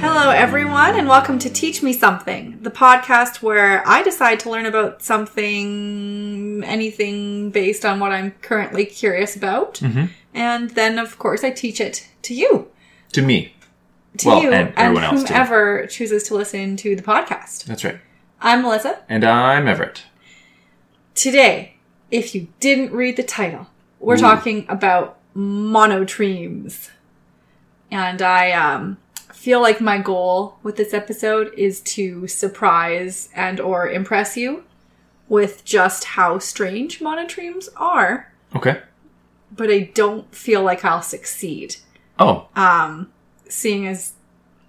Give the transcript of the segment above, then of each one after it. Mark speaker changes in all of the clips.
Speaker 1: Hello, everyone, and welcome to Teach Me Something, the podcast where I decide to learn about something, anything based on what I'm currently curious about.
Speaker 2: Mm-hmm.
Speaker 1: And then, of course, I teach it to you,
Speaker 2: To me.
Speaker 1: to
Speaker 2: Well,
Speaker 1: you,
Speaker 2: and everyone else, too.
Speaker 1: whomever chooses to listen to the podcast.
Speaker 2: That's right.
Speaker 1: I'm Melissa.
Speaker 2: And I'm Everett.
Speaker 1: Today, if you didn't read the title, we're
Speaker 2: Ooh.
Speaker 1: talking about monotremes. And I um, feel like my goal with this episode is to surprise and or impress you with just how strange monotremes are,
Speaker 2: Okay.
Speaker 1: but I don't feel like I'll succeed.
Speaker 2: Oh,
Speaker 1: Um, seeing as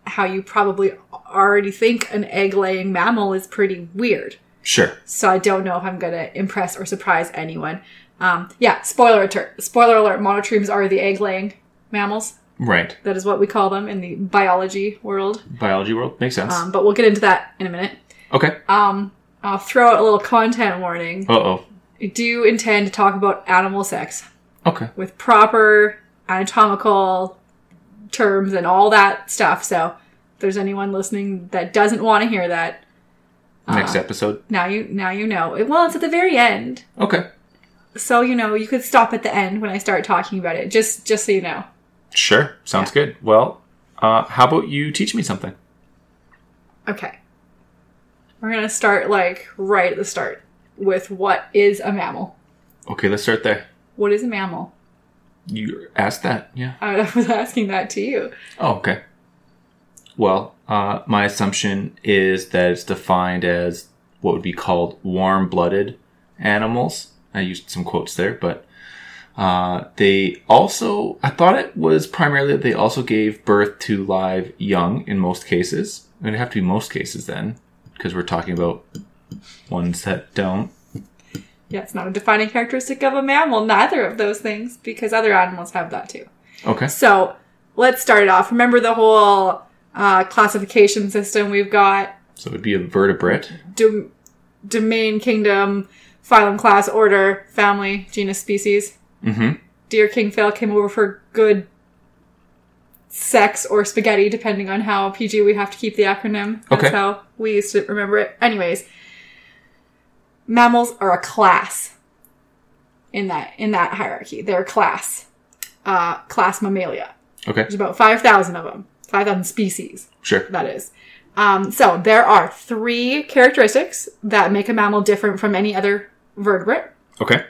Speaker 1: how you probably already think an egg-laying mammal is pretty weird
Speaker 2: sure.
Speaker 1: so I don't know if I'm gonna impress or surprise anyone. Um, yeah, spoiler alert! Spoiler alert! Monotremes are the egg-laying mammals.
Speaker 2: Right.
Speaker 1: That is what we call them in the biology world.
Speaker 2: Biology world. Makes sense.
Speaker 1: Um, but we'll get into that in a minute.
Speaker 2: okay.
Speaker 1: Um, I'll throw out a little content warning.
Speaker 2: Uh oh.
Speaker 1: I do intend to talk about animal sex
Speaker 2: Okay.
Speaker 1: with proper anatomical terms and all that stuff. So, if there's anyone listening that doesn't want to hear that,
Speaker 2: Next episode.
Speaker 1: now you now you know. It- Well, it's at the very end.
Speaker 2: Okay.
Speaker 1: so you know you could stop at the end when i start talking about it just just so you know
Speaker 2: Sure. Sounds good. Well, uh, how about you teach me something?
Speaker 1: okay we're gonna start like right at the start with what is a mammal
Speaker 2: Okay, let's start there.
Speaker 1: what is a mammal
Speaker 2: You asked that. Yeah.
Speaker 1: i was asking that to you
Speaker 2: Oh, okay. Well, uh, my assumption is that it's defined as what would be called warm blooded animals. I used some quotes there, but uh, they also, I thought it was primarily that they also gave birth to live young in most cases. It would have to be most cases then, because we're talking about ones that don't.
Speaker 1: yeah it's not a defining characteristic of a mammal neither of those things because other animals have that too
Speaker 2: Okay.
Speaker 1: so let's start it off remember the whole uh, classification system we've got
Speaker 2: So it would be a vertebrate.
Speaker 1: dom- domain kingdom phylum class order family genus species
Speaker 2: hmm.
Speaker 1: Dear King Phil came over for good sex or spaghetti, depending on how PG we have to keep the acronym. That's
Speaker 2: Okay.
Speaker 1: how we used to remember it. Anyways, mammals are a class in that in that hierarchy. They're a class, uh, class Mammalia.
Speaker 2: Okay.
Speaker 1: There's about five thousand of them, five thousand species
Speaker 2: Sure.
Speaker 1: that is. Um, so there are three characteristics that make a mammal different from any other vertebrate.
Speaker 2: Okay.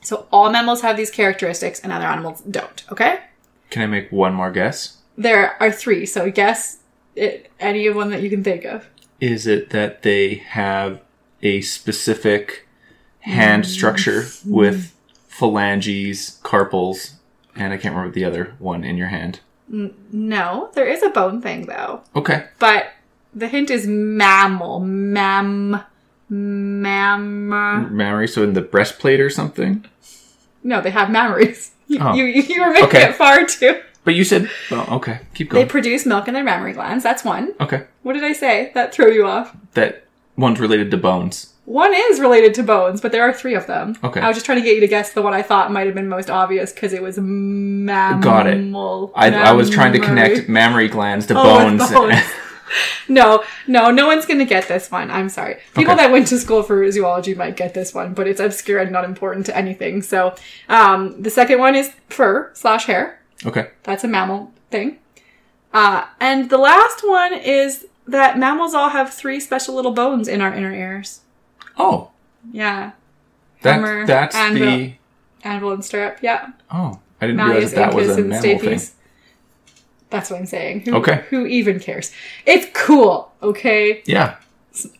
Speaker 1: So all mammals have these characteristics and other animals don't, okay?
Speaker 2: Can I make one more guess?
Speaker 1: There are three, so guess it, any of one that you can think of.
Speaker 2: Is it that they have a specific
Speaker 1: Mm,
Speaker 2: hand structure with phalanges, carpals, and I can't remember the other one in your hand?
Speaker 1: No, there is a bone thing though.
Speaker 2: Okay.
Speaker 1: But the hint is mammal. Mam. Mam.
Speaker 2: Mammary, so in the breastplate or something?
Speaker 1: No, they have mammaries. You,
Speaker 2: Oh.
Speaker 1: you, you were making
Speaker 2: Okay.
Speaker 1: it far too.
Speaker 2: But you said, well, okay, keep
Speaker 1: They
Speaker 2: going.
Speaker 1: produce milk in their mammary glands. That's one.
Speaker 2: okay.
Speaker 1: What did I say? That threw you off.
Speaker 2: That one's related to bones.
Speaker 1: One is related to bones, but there are three of them.
Speaker 2: Okay.
Speaker 1: I was just trying to get you to guess the one I thought might have been most obvious because it was mammal.
Speaker 2: Got it. I, I was trying to
Speaker 1: mammary.
Speaker 2: connect mammary glands to
Speaker 1: Oh, with
Speaker 2: bones.
Speaker 1: bones. no, no, no one's going to get this one. I'm sorry. People
Speaker 2: Okay.
Speaker 1: that went to school for zoology might get this one, but it's obscure and not important to anything. So, um, the second one is fur slash hair.
Speaker 2: okay.
Speaker 1: That's a mammal thing. Uh, and the last one is that mammals all have three special little bones in our inner ears.
Speaker 2: Oh,
Speaker 1: Yeah. Hammer,
Speaker 2: that, that's
Speaker 1: anvil.
Speaker 2: the.
Speaker 1: Anvil and stirrup. Yeah.
Speaker 2: Oh, I didn't
Speaker 1: Malleus,
Speaker 2: realize that, that was
Speaker 1: incus,
Speaker 2: a
Speaker 1: and
Speaker 2: mammal thing.
Speaker 1: stapes. That's what I'm saying. Who,
Speaker 2: Okay.
Speaker 1: Who even cares? It's cool. Okay.
Speaker 2: Yeah,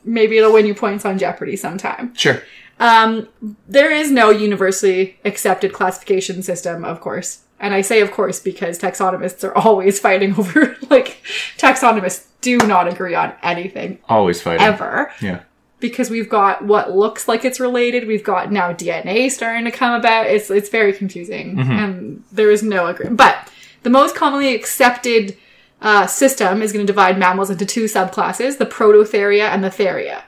Speaker 1: maybe it'll win you points on Jeopardy sometime.
Speaker 2: sure.
Speaker 1: Um, there is no universally accepted classification system, of course. And I say of course because taxonomists are always fighting over like taxonomists do not agree on anything
Speaker 2: Always fighting.
Speaker 1: ever
Speaker 2: Yeah.
Speaker 1: because we've got what looks like it's related, we've got now DNA starting to come about. It's
Speaker 2: Mm-hmm.
Speaker 1: it's very confusing, and there is no agreement. But the most commonly accepted uh, system is going to divide mammals into two subclasses: the Prototheria and the Theria.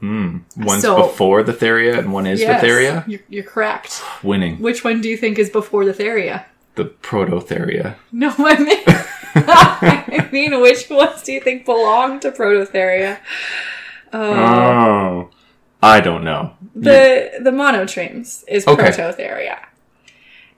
Speaker 2: Mm. One's
Speaker 1: So-
Speaker 2: before the Theria and one is the Theria.
Speaker 1: You're, you're correct.
Speaker 2: Winning.
Speaker 1: Which one do you think is before the Theria?
Speaker 2: The Prototheria.
Speaker 1: No, I mean, I mean, which ones do you think belong to Prototheria? Uh,
Speaker 2: Oh. I don't know.
Speaker 1: the the monotremes is
Speaker 2: Okay.
Speaker 1: Prototheria,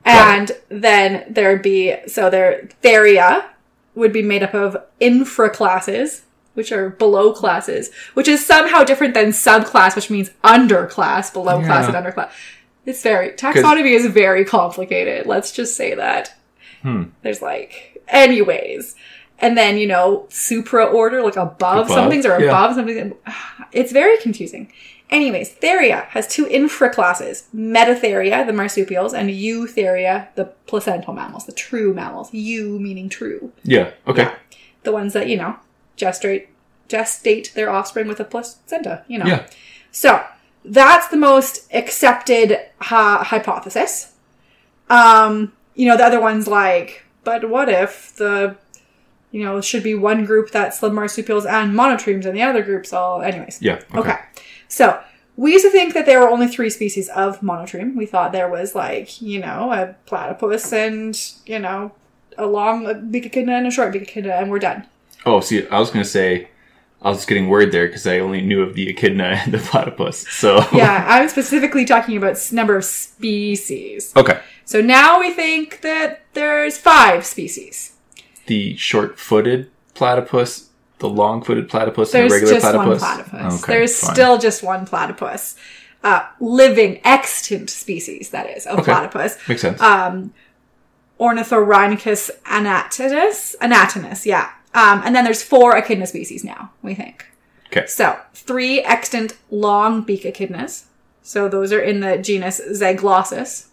Speaker 1: and then there'd be so there Theria would be made up of infra classes, which are below classes, which is somehow different than subclass, which means underclass, below class, and
Speaker 2: Yeah.
Speaker 1: underclass. It's very taxonomy is very complicated. Let's just say that.
Speaker 2: Hmm.
Speaker 1: There's like, anyways. And then, you know, supra order, like above,
Speaker 2: Above,
Speaker 1: some things are
Speaker 2: yeah.
Speaker 1: above, some things. It's very confusing. Anyways, Theria has two infra classes Metatheria, the marsupials, and Eutheria, the placental mammals, the true mammals. Eu meaning true.
Speaker 2: Yeah. Okay.
Speaker 1: Yeah. The ones that, you know, gestate, gestate their offspring with a placenta, you know.
Speaker 2: Yeah.
Speaker 1: So that's the most accepted uh, hypothesis. Um, you know, the other one's like, but what if the, you know, should be one group that's the marsupials and monotremes and the other group's all, anyways.
Speaker 2: Yeah.
Speaker 1: Okay. So we used to think that there were only three species of monotreme. We thought there was like, you know, a platypus and, you know, a long big echidna and a short big echidna and we're done.
Speaker 2: Oh, see, I was gonna say, I was getting worried there because I only knew of the echidna and the platypus. So
Speaker 1: yeah, I'm specifically talking about s- number of species.
Speaker 2: okay,
Speaker 1: So now we think that there's five species.
Speaker 2: the short-footed platypus, the long-footed platypus,
Speaker 1: There's
Speaker 2: and the regular
Speaker 1: just
Speaker 2: platypus.
Speaker 1: one platypus.
Speaker 2: Okay,
Speaker 1: There's
Speaker 2: fine.
Speaker 1: still just one platypus. Uh, living extant species, that is, of
Speaker 2: Okay.
Speaker 1: platypus.
Speaker 2: makes sense.
Speaker 1: Um, Ornithorhynchus anatinus. Anatinus, yeah. Um, and then there's four echidna species now, we think.
Speaker 2: Okay.
Speaker 1: So three extant long beak echidnas. So those are in the genus Zaglosus.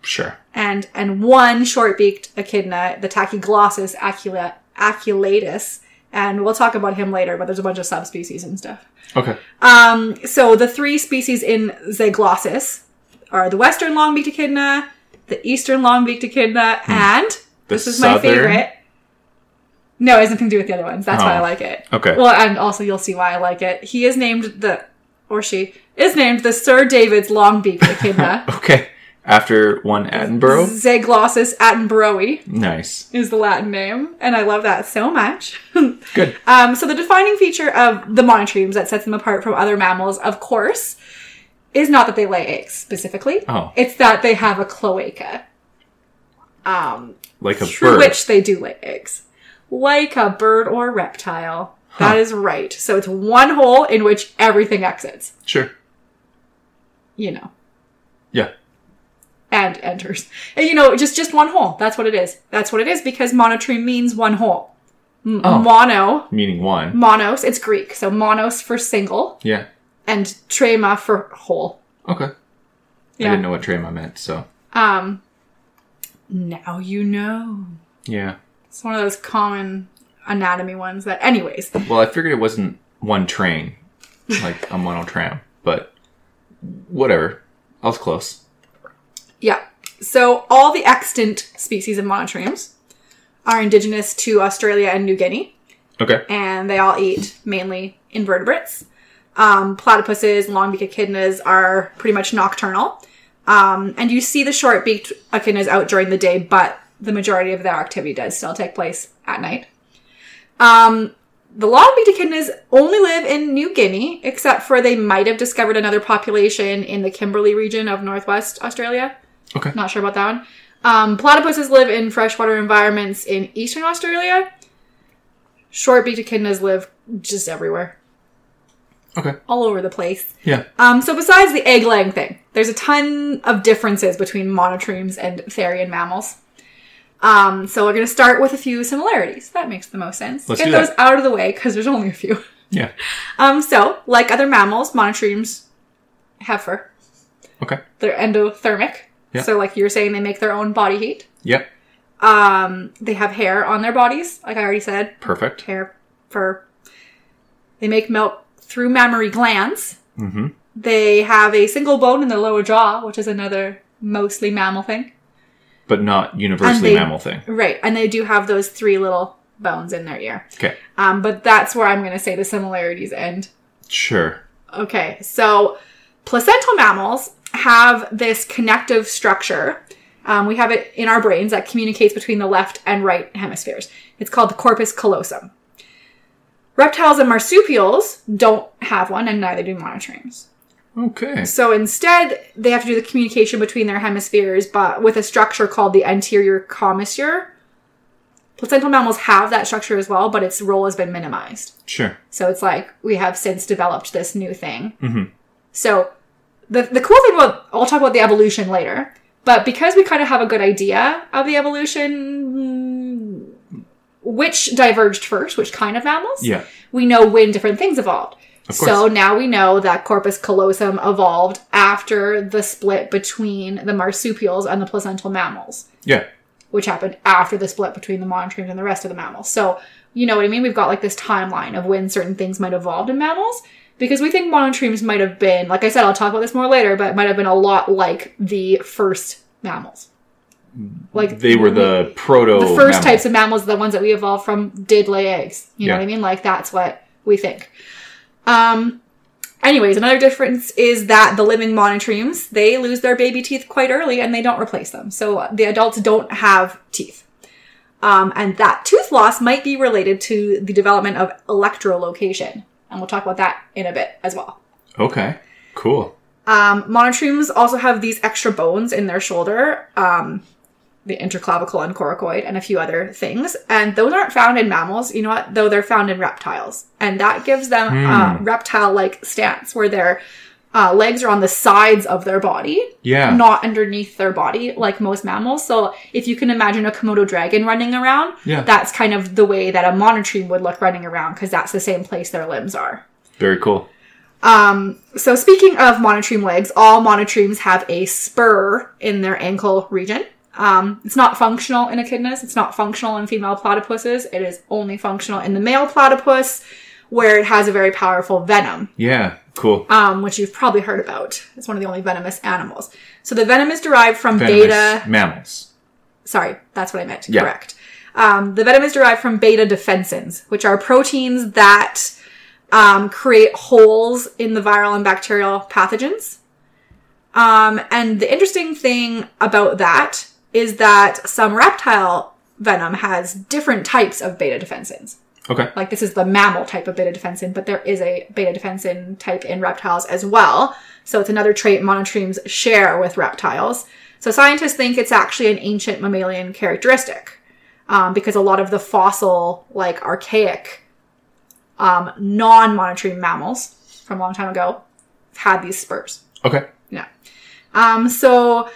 Speaker 2: sure.
Speaker 1: and and one short-beaked echidna, the Tachyglossus acula- aculatus, and we'll talk about him later. But there's a bunch of subspecies and stuff.
Speaker 2: Okay.
Speaker 1: Um, so the three species in Zaglossus are the western long-beaked echidna, the eastern long-beaked echidna, and
Speaker 2: The
Speaker 1: this is my
Speaker 2: southern-
Speaker 1: favorite. No, it has nothing to do with the other ones. That's why I
Speaker 2: Oh.
Speaker 1: like it.
Speaker 2: Okay.
Speaker 1: Well, and also you'll see why I like it. He is named the, or she is named the Sir David's long-beaked echidna.
Speaker 2: okay. After one Attenborough.
Speaker 1: Zaglossus attenboroughi
Speaker 2: Nice.
Speaker 1: is the Latin name, and I love that so much.
Speaker 2: Good.
Speaker 1: um, so the defining feature of the monotremes that sets them apart from other mammals, of course, is not that they lay eggs specifically.
Speaker 2: Oh.
Speaker 1: It's that they have a cloaca, um,
Speaker 2: Like a
Speaker 1: through
Speaker 2: bird.
Speaker 1: which they do lay eggs, like a bird or reptile. That is right. So it's one hole in which everything exits.
Speaker 2: Sure.
Speaker 1: You know.
Speaker 2: Yeah.
Speaker 1: and enters. And, you know, just just one hole. That's what it is. That's what it is because monotreme means one hole. M-
Speaker 2: Oh.
Speaker 1: Mono,
Speaker 2: Meaning one.
Speaker 1: monos. It's Greek, so monos for single
Speaker 2: Yeah.
Speaker 1: and trema for hole.
Speaker 2: Okay. I
Speaker 1: Yeah.
Speaker 2: didn't know what trema meant, so
Speaker 1: Um. Now you know.
Speaker 2: yeah.
Speaker 1: It's one of those common anatomy ones that, anyways.
Speaker 2: Well, I figured it wasn't one train, like a mono tram, but whatever. I was close.
Speaker 1: Yeah. So all the extant species of monotremes are indigenous to Australia and New Guinea.
Speaker 2: Okay.
Speaker 1: and they all eat mainly invertebrates. Um, platypuses, long-beaked echidnas are pretty much nocturnal, um, and you see the short-beaked echidnas out during the day, but the majority of their activity does still take place at night. Um, the long-beaked echidnas only live in New Guinea, except for they might have discovered another population in the Kimberley region of northwest Australia.
Speaker 2: Okay.
Speaker 1: Not sure about that one. Um, platypuses live in freshwater environments in eastern Australia. Short beaked echidnas live just everywhere,
Speaker 2: Okay.
Speaker 1: all over the place.
Speaker 2: Yeah.
Speaker 1: Um, so besides the egg laying thing, there's a ton of differences between monotremes and therian mammals. Um, so we're going to start with a few similarities. That makes the most sense.
Speaker 2: Let's
Speaker 1: Get
Speaker 2: do
Speaker 1: those
Speaker 2: that.
Speaker 1: out of the way because there's only a few.
Speaker 2: Yeah.
Speaker 1: Um, so like other mammals, monotremes have fur.
Speaker 2: Okay.
Speaker 1: They're endothermic.
Speaker 2: Yeah.
Speaker 1: So like you were saying, they make their own body heat.
Speaker 2: Yep.
Speaker 1: Um, they have hair on their bodies, like I already said.
Speaker 2: Perfect.
Speaker 1: Hair, fur. They make milk through mammary glands.
Speaker 2: Mm-hmm.
Speaker 1: They have a single bone in their lower jaw, which is another mostly mammal thing.
Speaker 2: But not
Speaker 1: And they-
Speaker 2: universally mammal thing.
Speaker 1: Right. And they do have those three little bones in their ear.
Speaker 2: Okay.
Speaker 1: Um, but that's where I'm going to say the similarities end.
Speaker 2: Sure.
Speaker 1: Okay, so placental mammals have this connective structure. Um, we have it in our brains that communicates between the left and right hemispheres. It's called the corpus callosum. Reptiles and marsupials don't have one, and neither do monotremes.
Speaker 2: Okay.
Speaker 1: So instead, they have to do the communication between their hemispheres, but with a structure called the anterior commissure. Placental mammals have that structure as well, but its role has been minimized.
Speaker 2: Sure.
Speaker 1: So it's like we have since developed this new thing.
Speaker 2: Mhm.
Speaker 1: So the the cool thing about I'll talk about the evolution later, but because we kind of have a good idea of the evolution, mm, which diverged first, which kind of mammals,
Speaker 2: Yeah.
Speaker 1: we know when different things evolved.
Speaker 2: Of course.
Speaker 1: So now we know that corpus callosum evolved after the split between the marsupials and the placental mammals
Speaker 2: Yeah.
Speaker 1: which happened after the split between the monotremes and the rest of the mammals. So, you know what I mean? We've got like this timeline of when certain things might have evolved in mammals because we think monotremes might have been, like I said, I'll talk about this more later, but it might have been a lot like the first mammals. Like
Speaker 2: Mm. They were the proto.
Speaker 1: the first
Speaker 2: mammal.
Speaker 1: types of mammals, the ones that we evolved from, did lay eggs. You know
Speaker 2: Yeah.
Speaker 1: what I mean? Like that's what we think. Um. Anyways, another difference is that the living monotremes they lose their baby teeth quite early and they don't replace them, so uh, the adults don't have teeth. Um, and that tooth loss might be related to the development of electrolocation, and we'll talk about that in a bit as well.
Speaker 2: Okay. Cool.
Speaker 1: Um, monotremes also have these extra bones in their shoulder, um, the interclavicle and coracoid, and a few other things. And those aren't found in mammals, you know what? Though they're found in reptiles, and that gives them a reptile-like stance where their uh, legs are on the sides of their body,
Speaker 2: Yeah.
Speaker 1: not underneath their body, like most mammals. So if you can imagine a komodo dragon running around,
Speaker 2: Yeah.
Speaker 1: that's kind of the way that a monotreme would look running around because that's the same place their limbs are.
Speaker 2: Very cool.
Speaker 1: Um, so speaking of monotreme legs, all monotremes have a spur in their ankle region. Um, it's not functional in echidnas. It's not functional in female platypuses. It is only functional in the male platypus, where it has a very powerful venom,
Speaker 2: Yeah. Cool.
Speaker 1: um, which you've probably heard about. It's one of the only venomous animals. So the venom is derived from
Speaker 2: Venomous
Speaker 1: beta
Speaker 2: mammals.
Speaker 1: sorry, that's what I meant.
Speaker 2: Yeah.
Speaker 1: Correct. Um, the venom is derived from beta defensins, which are proteins that um, create holes in the viral and bacterial pathogens. Um, and the interesting thing about that is that some reptile venom has different types of beta defensins.
Speaker 2: Okay.
Speaker 1: Like this is the mammal type of beta defensin, but there is a beta defensin type in reptiles as well. So it's another trait monotremes share with reptiles. So scientists think it's actually an ancient mammalian characteristic um, because a lot of the fossil, like archaic, um, non-monotreme mammals from a long time ago had these spurs.
Speaker 2: Okay.
Speaker 1: Um, so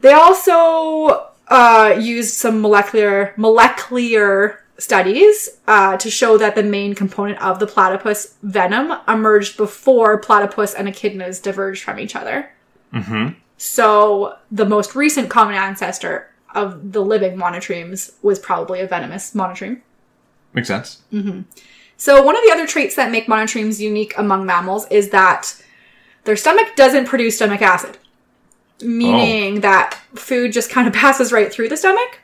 Speaker 1: they also uh, used some molecular molecular studies uh, to show that the main component of the platypus venom emerged before platypus and echidnas diverged from each other.
Speaker 2: Mm-hmm.
Speaker 1: So the most recent common ancestor of the living monotremes was probably a venomous monotreme.
Speaker 2: Makes sense.
Speaker 1: So one of the other traits that make monotremes unique among mammals is that their stomach doesn't produce stomach acid, meaning that food just kind of passes right through the stomach,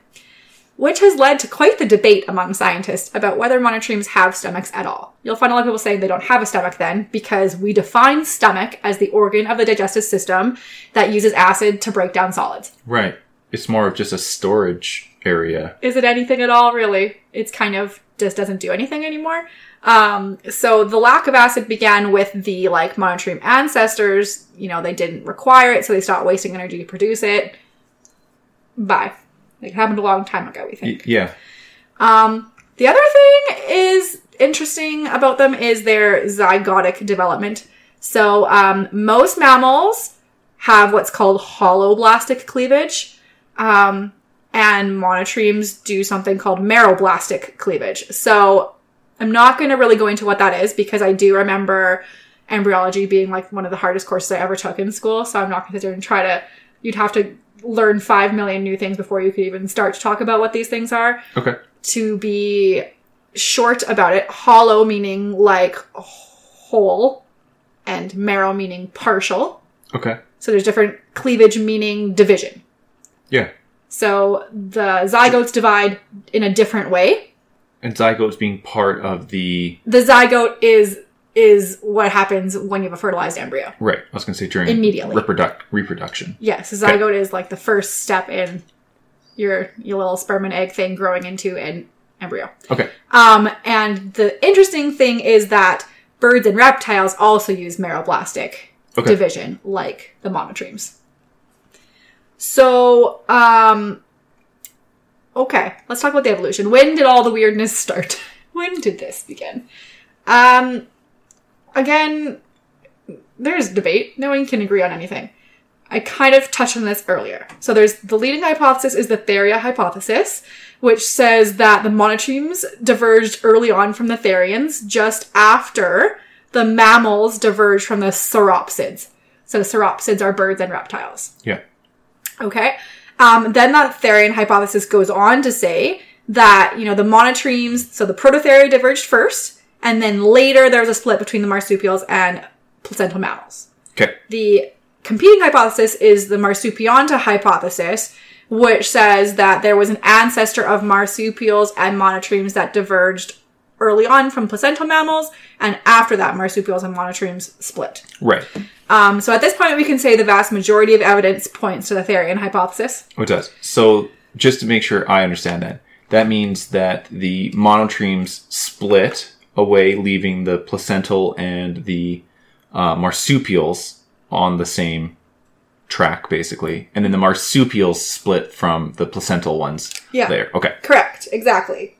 Speaker 1: which has led to quite the debate among scientists about whether monotremes have stomachs at all. You'll find a lot of people saying they don't have a stomach then because we define stomach as the organ of the digestive system that uses acid to break down solids.
Speaker 2: Right. It's more of just a storage area.
Speaker 1: is it anything at all really it's kind of just doesn't do anything anymore um, so the lack of acid began with the like monotreme ancestors you know they didn't require it so they stopped wasting energy to produce it bye it happened a long time ago we
Speaker 2: Y-
Speaker 1: think
Speaker 2: yeah.
Speaker 1: um, the other thing is interesting about them is their zygotic development so um, most mammals have what's called holoblastic cleavage um, and monotremes do something called meroblastic cleavage. So I'm not going to really go into what that is because I do remember embryology being like one of the hardest courses I ever took in school. So I'm not going to sit there and try to, you'd have to learn 5 million new things before you could even start to talk about what these things are.
Speaker 2: Okay.
Speaker 1: To be short about it, hollow meaning like whole and marrow meaning partial.
Speaker 2: Okay.
Speaker 1: So there's different cleavage meaning division.
Speaker 2: Yeah.
Speaker 1: So the zygotes divide in a different way.
Speaker 2: and zygotes being part of the
Speaker 1: The zygote is is what happens when you have a fertilized embryo.
Speaker 2: right. I was going to say during
Speaker 1: Immediately.
Speaker 2: reproduct reproduction.
Speaker 1: Yes, a zygote is like the first step in your your little sperm and egg thing growing into an embryo.
Speaker 2: Okay,
Speaker 1: Um, and the interesting thing is that birds and reptiles also use meroblastic
Speaker 2: Okay.
Speaker 1: division, like the monotremes. So, um, okay, let's talk about the evolution. When did all the weirdness start? When did this begin? Um, again, there's debate. No one can agree on anything. I kind of touched on this earlier. So there's the leading hypothesis is the Theria hypothesis, which says that the monotremes diverged early on from the Therians just after the mammals diverged from the sauropsids. So sauropsids are birds and reptiles.
Speaker 2: yeah,
Speaker 1: Okay. Um, then that Therian hypothesis goes on to say that, you know, the monotremes, so the Prototheria diverged first, and then later there was a split between the marsupials and placental mammals.
Speaker 2: okay,
Speaker 1: The competing hypothesis is the marsupianta hypothesis, which says that there was an ancestor of marsupials and monotremes that diverged early on from placental mammals, and after that, marsupials and monotremes split.
Speaker 2: right.
Speaker 1: Um, so at this point, we can say the vast majority of evidence points to the Therian hypothesis.
Speaker 2: Oh, it does. So just to make sure I understand that, that means that the monotremes split away, leaving the placental and the uh, marsupials on the same track, basically, and then the marsupials split from the placental ones.
Speaker 1: Yeah.
Speaker 2: There. Okay.
Speaker 1: Correct, exactly.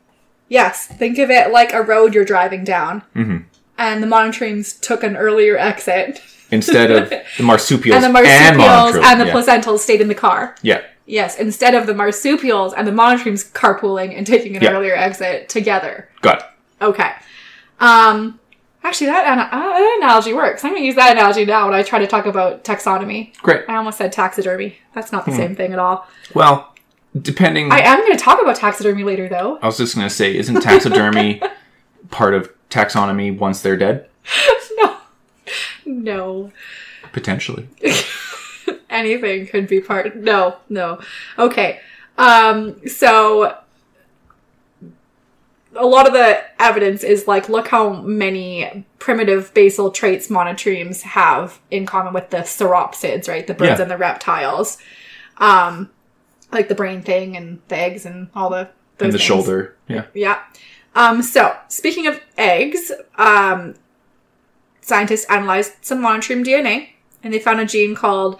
Speaker 1: Yes, think of it like a road you're driving down,
Speaker 2: Mhm.
Speaker 1: and the monotremes took an earlier exit,
Speaker 2: Instead of the marsupials
Speaker 1: and the marsupials
Speaker 2: monotremes.
Speaker 1: and, the
Speaker 2: yeah.
Speaker 1: placentals stayed in the car.
Speaker 2: Yeah.
Speaker 1: Yes, instead of the marsupials and the monotremes carpooling and taking an
Speaker 2: Yeah.
Speaker 1: earlier exit together.
Speaker 2: Got it.
Speaker 1: Okay. Um, actually, that, ana- uh, that analogy works. I'm going to use that analogy now when I try to talk about taxonomy.
Speaker 2: Great.
Speaker 1: I almost said taxidermy. That's not the same thing at all.
Speaker 2: Well, depending.
Speaker 1: I am going to talk about taxidermy later, though.
Speaker 2: I was just going to say, isn't taxidermy part of taxonomy once they're dead?
Speaker 1: no, no,
Speaker 2: Potentially.
Speaker 1: anything could be part. No, no. Okay. Um. So a lot of the evidence is like, look how many primitive basal traits monotremes have in common with the sauropsids, right? The birds
Speaker 2: Yeah.
Speaker 1: and the reptiles. Um, like the brain thing and the eggs and all the those
Speaker 2: And the
Speaker 1: things.
Speaker 2: shoulder. Yeah.
Speaker 1: Yeah. Um, so, speaking of eggs, um, scientists analyzed some monotreme DNA and they found a gene called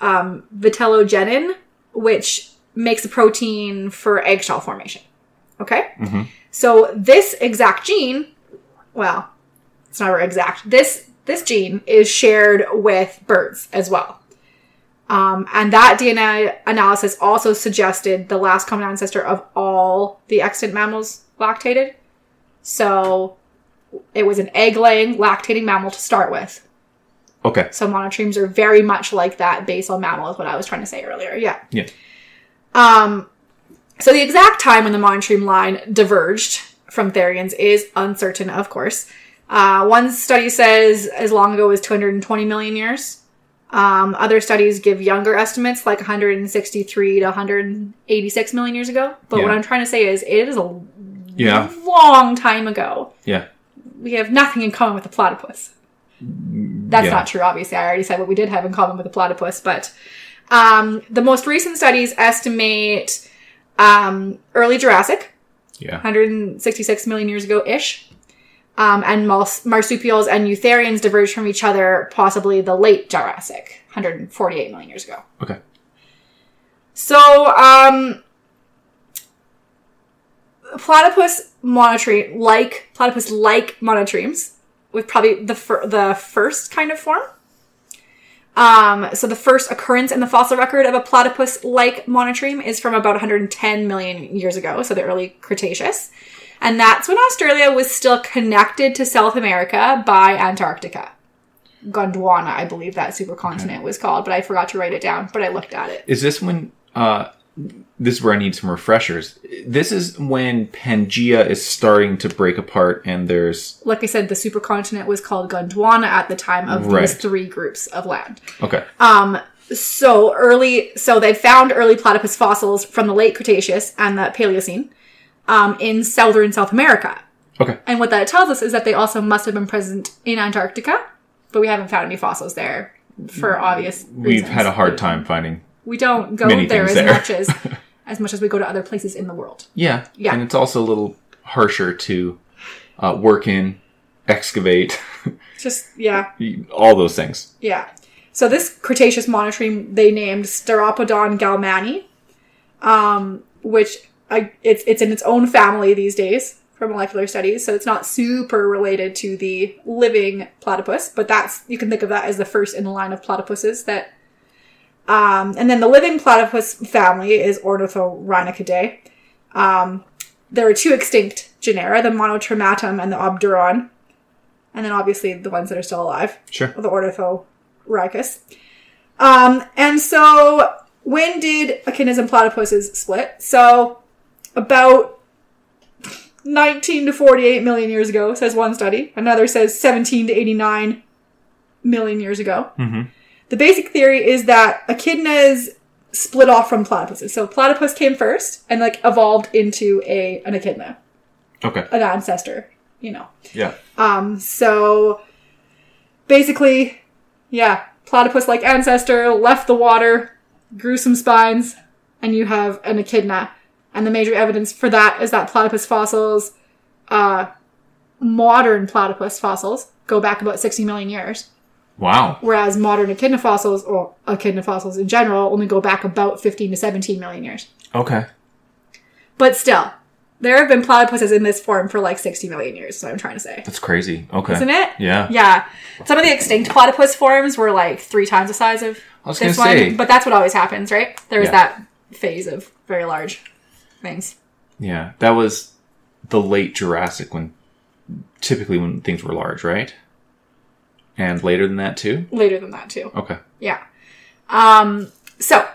Speaker 1: um, vitellogenin, which makes a protein for eggshell formation. Okay?
Speaker 2: Mhm.
Speaker 1: So, this exact gene, well, it's never exact. This this gene is shared with birds as well. Um, and that DNA analysis also suggested the last common ancestor of all the extant mammals lactated. So it was an egg laying lactating mammal to start with.
Speaker 2: Okay.
Speaker 1: So monotremes are very much like that basal mammal, is what I was trying to say earlier. Yeah.
Speaker 2: Yeah.
Speaker 1: Um, so the exact time when the monotreme line diverged from Therians is uncertain, of course. Uh, one study says as long ago as 220 million years. Um, other studies give younger estimates, like 163 to 186 million years ago. But what
Speaker 2: Yeah.
Speaker 1: I'm trying to say is, it is a
Speaker 2: Yeah.
Speaker 1: long time ago.
Speaker 2: Yeah.
Speaker 1: We have nothing in common with the platypus. That's
Speaker 2: Yeah.
Speaker 1: not true, obviously. I already said what we did have in common with the platypus, but um, the most recent studies estimate um, early Jurassic,
Speaker 2: Yeah.
Speaker 1: 166 million years ago ish. Um, and mars- marsupials and eutherians diverged from each other, possibly the late Jurassic, 148 million years ago.
Speaker 2: Okay.
Speaker 1: So, um, platypus monotreme, like platypus like monotremes, with probably the fir- the first kind of form. Um, so the first occurrence in the fossil record of a platypus like monotreme is from about 110 million years ago, so the early Cretaceous. And that's when Australia was still connected to South America by Antarctica. Gondwana, I believe that supercontinent was called, but I forgot to write it down, but I looked at it.
Speaker 2: Is this when? Uh, this is where I need some refreshers. This is when Pangea is starting to break apart, and there's
Speaker 1: like I said, the supercontinent was called Gondwana at the time of
Speaker 2: Right.
Speaker 1: these three groups of land.
Speaker 2: okay.
Speaker 1: Um, so early, so they found early platypus fossils from the late Cretaceous and the Paleocene. um, in southern South America.
Speaker 2: Okay.
Speaker 1: And what that tells us is that they also must have been present in Antarctica, but we haven't found any fossils there for obvious reasons.
Speaker 2: Mm, We've had a hard time finding.
Speaker 1: We don't go
Speaker 2: many
Speaker 1: there as
Speaker 2: things there.
Speaker 1: much as as much as we go to other places in the world.
Speaker 2: Yeah.
Speaker 1: Yeah.
Speaker 2: And it's also a little harsher to uh, work in, excavate,
Speaker 1: Just yeah,
Speaker 2: all those things.
Speaker 1: yeah. So this Cretaceous monotremes they named Steropodon galmani, um, which I, it's it's in its own family these days for molecular studies. So it's not super related to the living platypus, but that's you can think of that as the first in the line of platypuses that. Um, and then the living platypus family is Ornithorhynchidae. Um, there are two extinct genera, the Monotrematum and the Obduron, and then obviously the ones that are still alive
Speaker 2: Sure.
Speaker 1: the Ornithorhynchus. Um, and so when did echidnas and platypuses split? So about 19 to 48 million years ago, says one study. Another says 17 to 89 million years ago.
Speaker 2: Mhm.
Speaker 1: The basic theory is that echidnas split off from platypuses. So platypus came first and like evolved into a an echidna,
Speaker 2: Okay.
Speaker 1: an ancestor, you know.
Speaker 2: Yeah.
Speaker 1: Um, so basically, yeah, platypus like ancestor left the water, grew some spines, and you have an echidna. And the major evidence for that is that platypus fossils, uh, modern platypus fossils, go back about 60 million years,
Speaker 2: Wow.
Speaker 1: whereas modern echidna fossils, or echidna fossils in general, only go back about 15 to 17 million years.
Speaker 2: Okay.
Speaker 1: But still, there have been platypuses in this form for like 60 million years, is what I'm trying to say.
Speaker 2: That's crazy. Okay.
Speaker 1: Isn't it?
Speaker 2: Yeah.
Speaker 1: Yeah. Some of the extinct platypus forms were like three times the size of
Speaker 2: I was
Speaker 1: this
Speaker 2: gonna
Speaker 1: one.
Speaker 2: say-
Speaker 1: But that's what always happens, right? There was
Speaker 2: Yeah.
Speaker 1: that phase of very large things.
Speaker 2: Yeah. That was the late Jurassic when typically when things were large, right? And later than that too?
Speaker 1: Later than that too.
Speaker 2: Okay.
Speaker 1: Yeah. Um so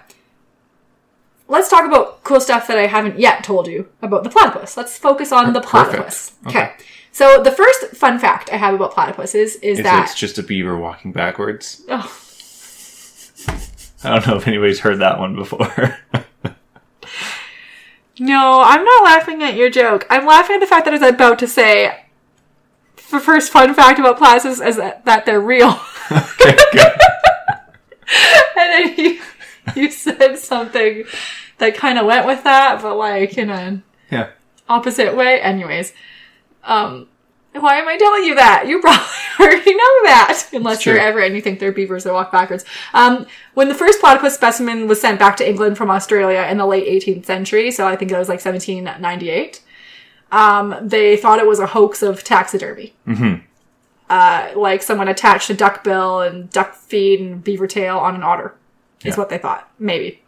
Speaker 1: let's talk about cool stuff that I haven't yet told you about the platypus. Let's focus on the
Speaker 2: perfect.
Speaker 1: platypus.
Speaker 2: Okay.
Speaker 1: okay. So the first fun fact I have about platypuses is
Speaker 2: If
Speaker 1: that
Speaker 2: it's just a beaver walking backwards.
Speaker 1: Oh.
Speaker 2: I don't know if anybody's heard that one before.
Speaker 1: No, I'm not laughing at your joke. I'm laughing at the fact that I was about to say the first fun fact about platypuses is that, that they're real.
Speaker 2: okay, good.
Speaker 1: and then you, you said something that kind of went with that, but like in an
Speaker 2: Yeah.
Speaker 1: opposite way. Anyways, um, why am I telling you that? You probably already know that, unless
Speaker 2: It's
Speaker 1: you're
Speaker 2: true.
Speaker 1: ever and you think they're beavers that walk backwards. Um, when the first platypus specimen was sent back to England from Australia in the late 18th century, so I think it was like 1798. Um, they thought it was a hoax of taxidermy.
Speaker 2: Mhm.
Speaker 1: Uh, like someone attached a duck bill and duck feet and beaver tail on an otter, is
Speaker 2: Yeah.
Speaker 1: what they thought. Maybe.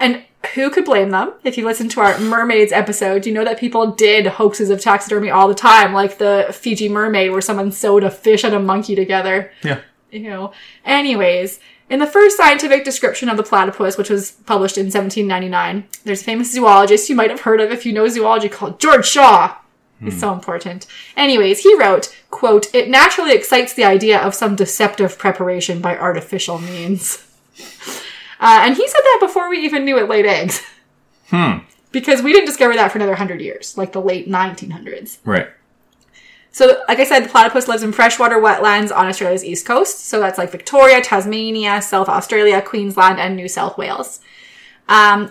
Speaker 1: And who could blame them? If you listen to our mermaids episode, you know that people did hoaxes of taxidermy all the time, like the Fiji mermaid where someone sewed a fish and a monkey together.
Speaker 2: Yeah.
Speaker 1: You know. Anyways, in the first scientific description of the platypus, which was published in 1799, there's a famous zoologist you might have heard of if you know zoology called George Shaw. It's so important. Anyways, he wrote, quote, it naturally excites the idea of some deceptive preparation by artificial means. Uh, and he said that before we even knew it laid eggs.
Speaker 2: Hmm.
Speaker 1: Because we didn't discover that for another 100 years, like the late 1900s.
Speaker 2: Right.
Speaker 1: So, like I said, the platypus lives in freshwater wetlands on Australia's east coast. So that's like Victoria, Tasmania, South Australia, Queensland, and New South Wales. Um,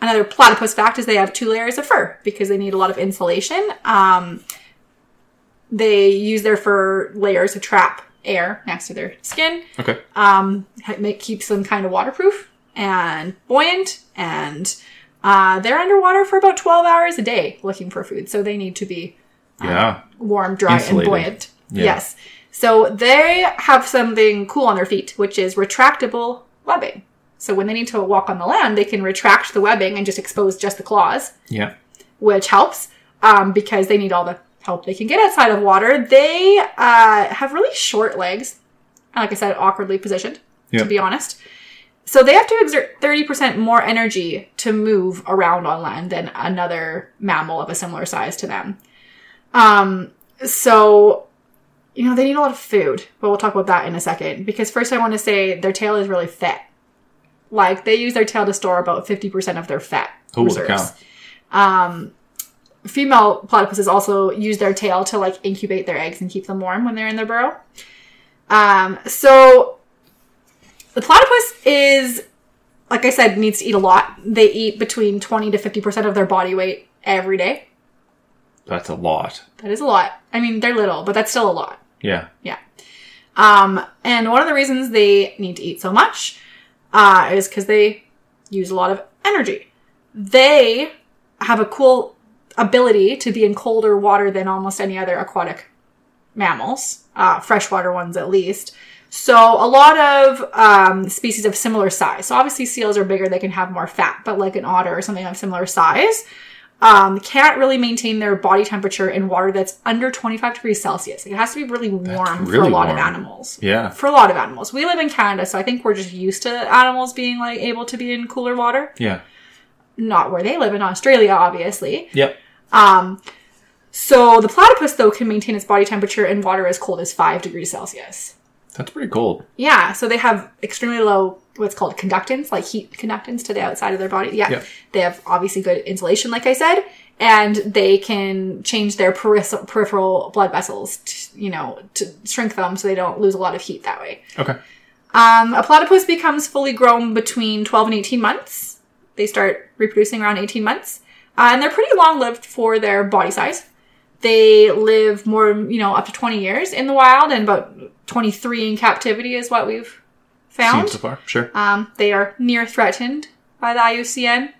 Speaker 1: another platypus fact is they have two layers of fur because they need a lot of insulation. Um, they use their fur layers to trap air next to their skin
Speaker 2: Okay.
Speaker 1: um, ha- make, keeps them kind of waterproof and buoyant and uh, they're underwater for about 12 hours a day looking for food so they need to be
Speaker 2: yeah.
Speaker 1: warm dry
Speaker 2: Insulated.
Speaker 1: and buoyant
Speaker 2: Yeah.
Speaker 1: yes so they have something cool on their feet which is retractable webbing so when they need to walk on the land they can retract the webbing and just expose just the claws
Speaker 2: Yeah.
Speaker 1: which helps um, because they need all the help they can get outside of water. They uh, have really short legs, and like I said, awkwardly positioned,
Speaker 2: Yeah.
Speaker 1: to be honest. So they have to exert 30% more energy to move around on land than another mammal of a similar size to them. Um, so, you know, they need a lot of food, but we'll talk about that in a second because first I want to say their tail is really fat.
Speaker 2: Oh,
Speaker 1: Like they use their tail to store about 50% of their fat
Speaker 2: Holy
Speaker 1: reserves.
Speaker 2: cow.
Speaker 1: Um, female platypuses also use their tail to like incubate their eggs and keep them warm when they're in their burrow. Um, so the platypus is, like I said, needs to eat a lot. They eat between 20 to 50% of their body weight every day.
Speaker 2: That's a lot.
Speaker 1: That is a lot. I mean, they're little, but that's still a lot.
Speaker 2: Yeah.
Speaker 1: Um, and one of the reasons they need to eat so much uh, is because they use a lot of energy. They have a cool ability to be in colder water than almost any other aquatic mammals, uh, freshwater ones at least. So a lot of um, species of similar size. So obviously seals are bigger; they can have more fat, but like an otter or something of similar size. Um, can't really maintain their body temperature in water that's under 25 degrees Celsius. It has to be really warm for a
Speaker 2: really
Speaker 1: lot of
Speaker 2: warm.
Speaker 1: animals
Speaker 2: Yeah.
Speaker 1: for a lot of animals. We live in Canada, so I think we're just used to animals being like able to be in cooler water.
Speaker 2: Yeah.
Speaker 1: Not where they live in Australia, obviously.
Speaker 2: Yep.
Speaker 1: Um, so the platypus though can maintain its body temperature in water as cold as five degrees Celsius.
Speaker 2: That's pretty cool.
Speaker 1: Yeah, so they have extremely low what's called conductance, like heat conductance to the outside of their body. Yeah,
Speaker 2: Yeah.
Speaker 1: they have obviously good insulation, like I said, and they can change their peris- peripheral blood vessels, to, you know, to shrink them so they don't lose a lot of heat that way.
Speaker 2: Okay.
Speaker 1: Um, a platypus becomes fully grown between 12 and 18 months. They start reproducing around 18 months. Uh, and they're pretty long lived for their body size. They live more, you know, up to 20 years in the wild and about 23 in captivity is what we've
Speaker 2: Seen
Speaker 1: found.
Speaker 2: so far. Sure.
Speaker 1: Um, they are near threatened by the IUCN,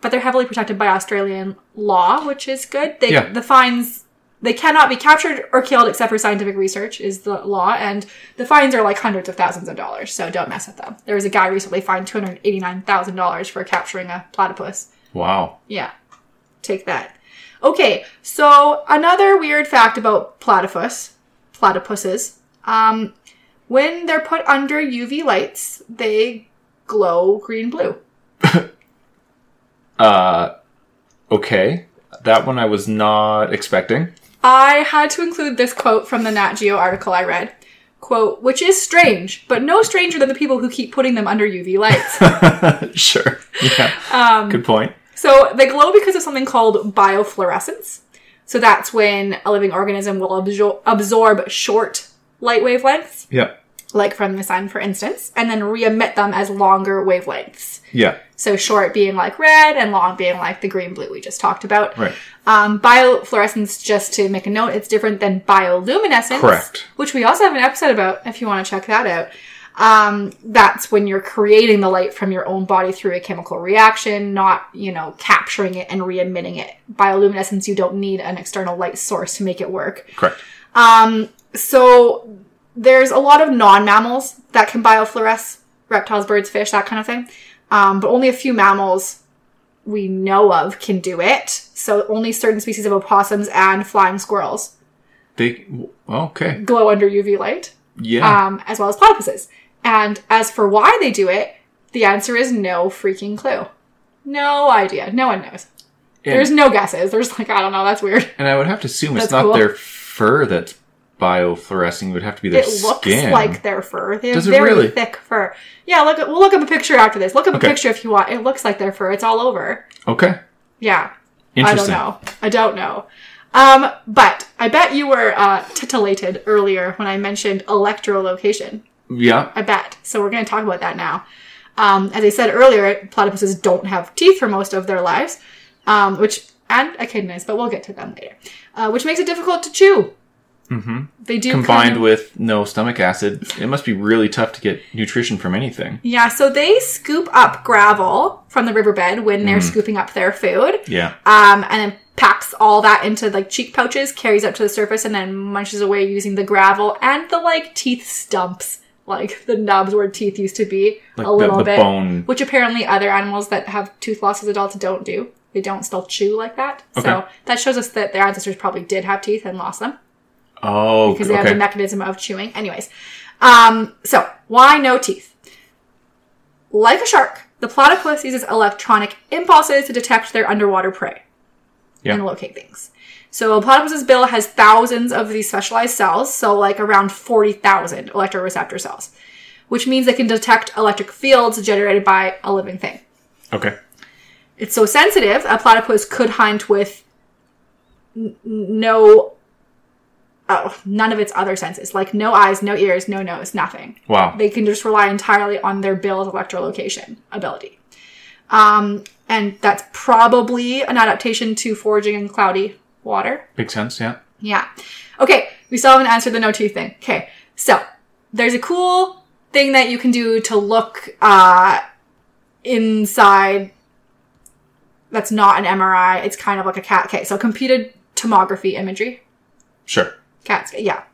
Speaker 1: but they're heavily protected by Australian law, which is good. They,
Speaker 2: Yeah.
Speaker 1: The fines, they cannot be captured or killed except for scientific research, is the law, and the fines are like hundreds of thousands of dollars, so don't mess with them. There was a guy recently fined $289,000 for capturing a platypus.
Speaker 2: Wow.
Speaker 1: Yeah. Take that. Okay, so another weird fact about platypus, platypuses, um, when they're put under UV lights, they glow green blue.
Speaker 2: Uh, okay. That one I was not expecting.
Speaker 1: I had to include this quote from the Nat Geo article I read. Quote, which is strange, but no stranger than the people who keep putting them under UV lights.
Speaker 2: sure. Yeah.
Speaker 1: Um,
Speaker 2: Good point.
Speaker 1: So they glow because of something called biofluorescence. So that's when a living organism will absor- absorb short light wavelengths,
Speaker 2: Yeah.
Speaker 1: like from the sun, for instance, and then re emit them as longer wavelengths.
Speaker 2: Yeah.
Speaker 1: So short being like red and long being like the green blue we just talked about.
Speaker 2: Right.
Speaker 1: Um, biofluorescence, just to make a note, it's different than bioluminescence.
Speaker 2: Correct.
Speaker 1: Which we also have an episode about if you want to check that out. Um, that's when you're creating the light from your own body through a chemical reaction, not, you know, capturing it and re emitting it. Bioluminescence, you don't need an external light source to make it work.
Speaker 2: Correct.
Speaker 1: Um, so there's a lot of non-mammals that can biofluoresce, reptiles, birds, fish, that kind of thing. Um, but only a few mammals we know of can do it. So only certain species of opossums and flying squirrels
Speaker 2: They. Okay.
Speaker 1: glow under UV light,
Speaker 2: Yeah.
Speaker 1: um, as well as platypuses. And as for why they do it, the answer is no freaking clue. No idea. No one knows.
Speaker 2: And-
Speaker 1: There's no guesses. There's like, I don't know, that's weird.
Speaker 2: And I would have to assume it's
Speaker 1: That's
Speaker 2: not
Speaker 1: cool.
Speaker 2: their fur that's biofluorescing. It would have to be their
Speaker 1: it looks
Speaker 2: skin.
Speaker 1: like their fur. They have
Speaker 2: Does it
Speaker 1: very
Speaker 2: really?
Speaker 1: thick fur. Yeah, look. We'll look up a picture after this. Look up
Speaker 2: Okay.
Speaker 1: a picture if you want. It looks like their fur. It's all over.
Speaker 2: okay.
Speaker 1: Yeah, I don't
Speaker 2: Interesting.
Speaker 1: know. I don't know. Um, but I bet you were uh, titillated earlier when I mentioned electrolocation.
Speaker 2: Yeah.
Speaker 1: I bet. So we're going to talk about that now. Um, as I said earlier, platypuses don't have teeth for most of their lives, um, which and echidnas, but we'll get to them later, uh, which makes it difficult to chew.
Speaker 2: hmm
Speaker 1: They do kind
Speaker 2: Combined
Speaker 1: of-
Speaker 2: with no stomach acid, it must be really tough to get nutrition from anything.
Speaker 1: Yeah, so they scoop up gravel from the riverbed when they're scooping up their food,
Speaker 2: Mm. Yeah.
Speaker 1: um, and then packs all that into like cheek pouches, carries up to the surface, and then munches away using the gravel and the like teeth stumps, like the nubs where teeth used to be,
Speaker 2: Like
Speaker 1: a
Speaker 2: the,
Speaker 1: little
Speaker 2: the
Speaker 1: bit,
Speaker 2: bone.
Speaker 1: which apparently other animals that have tooth loss as adults don't do. They don't still chew like that, so
Speaker 2: Okay.
Speaker 1: that shows us that their ancestors probably did have teeth and lost them
Speaker 2: Oh,
Speaker 1: because they have the
Speaker 2: okay.
Speaker 1: mechanism of chewing. Anyways, um, so why no teeth? Like a shark, the platypus uses electronic impulses to detect their underwater prey
Speaker 2: Yeah.
Speaker 1: and locate things. So a platypus's bill has thousands of these specialized cells, so like around 40,000 electroreceptor cells, which means they can detect electric fields generated by a living thing.
Speaker 2: Okay.
Speaker 1: It's so sensitive, a platypus could hunt with n- no, oh, none of its other senses, like no eyes, no ears, no nose, nothing.
Speaker 2: Wow.
Speaker 1: They can just rely entirely on their bill's electrolocation ability. Um, and that's probably an adaptation to foraging in cloudy water.
Speaker 2: Makes sense, yeah.
Speaker 1: Yeah. Okay, we still haven't answered the no teeth thing. Okay, so there's a cool thing that you can do to look uh, inside. That's not an MRI. It's kind of like a cat. Okay, so computed tomography imagery.
Speaker 2: Sure.
Speaker 1: Cats, yeah.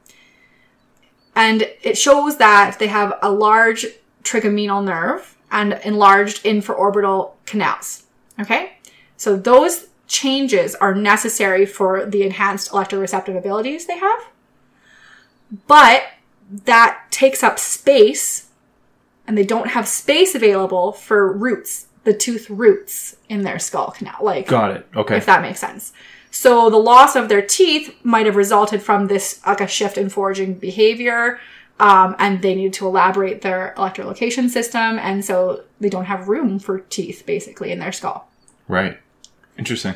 Speaker 1: And it shows that they have a large trigeminal nerve and enlarged infraorbital canals. Okay? So those changes are necessary for the enhanced electroreceptive abilities they have. But that takes up space and they don't have space available for roots, the tooth roots in their skull canal. Like
Speaker 2: Got it. Okay.
Speaker 1: if that makes sense. So the loss of their teeth might have resulted from this like a shift in foraging behavior, um, and they needed to elaborate their electrolocation system, and so they don't have room for teeth basically in their skull.
Speaker 2: Right. Interesting.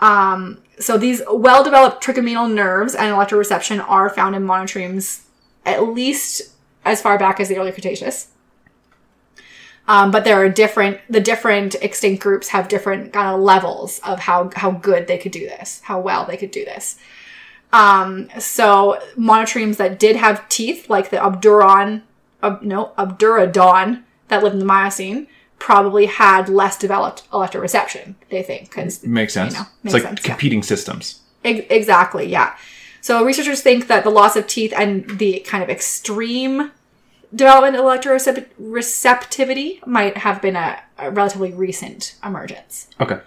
Speaker 1: Um, so these well-developed trigeminal nerves and electroreception are found in monotremes at least as far back as the early Cretaceous. Um, but there are different the different extinct groups have different kind of levels of how how good they could do this, how well they could do this. Um, so monotremes that did have teeth, like the Obduron, ob, no Obdurodon that lived in the Miocene, probably had less developed electroreception. They think 'cause
Speaker 2: Makes sense.
Speaker 1: know, makes
Speaker 2: it's like
Speaker 1: sense, yeah.
Speaker 2: competing systems.
Speaker 1: Ex- Exactly, yeah. So researchers think that the loss of teeth and the kind of extreme development of electrorecep- receptivity might have been a, a relatively recent emergence.
Speaker 2: Okay.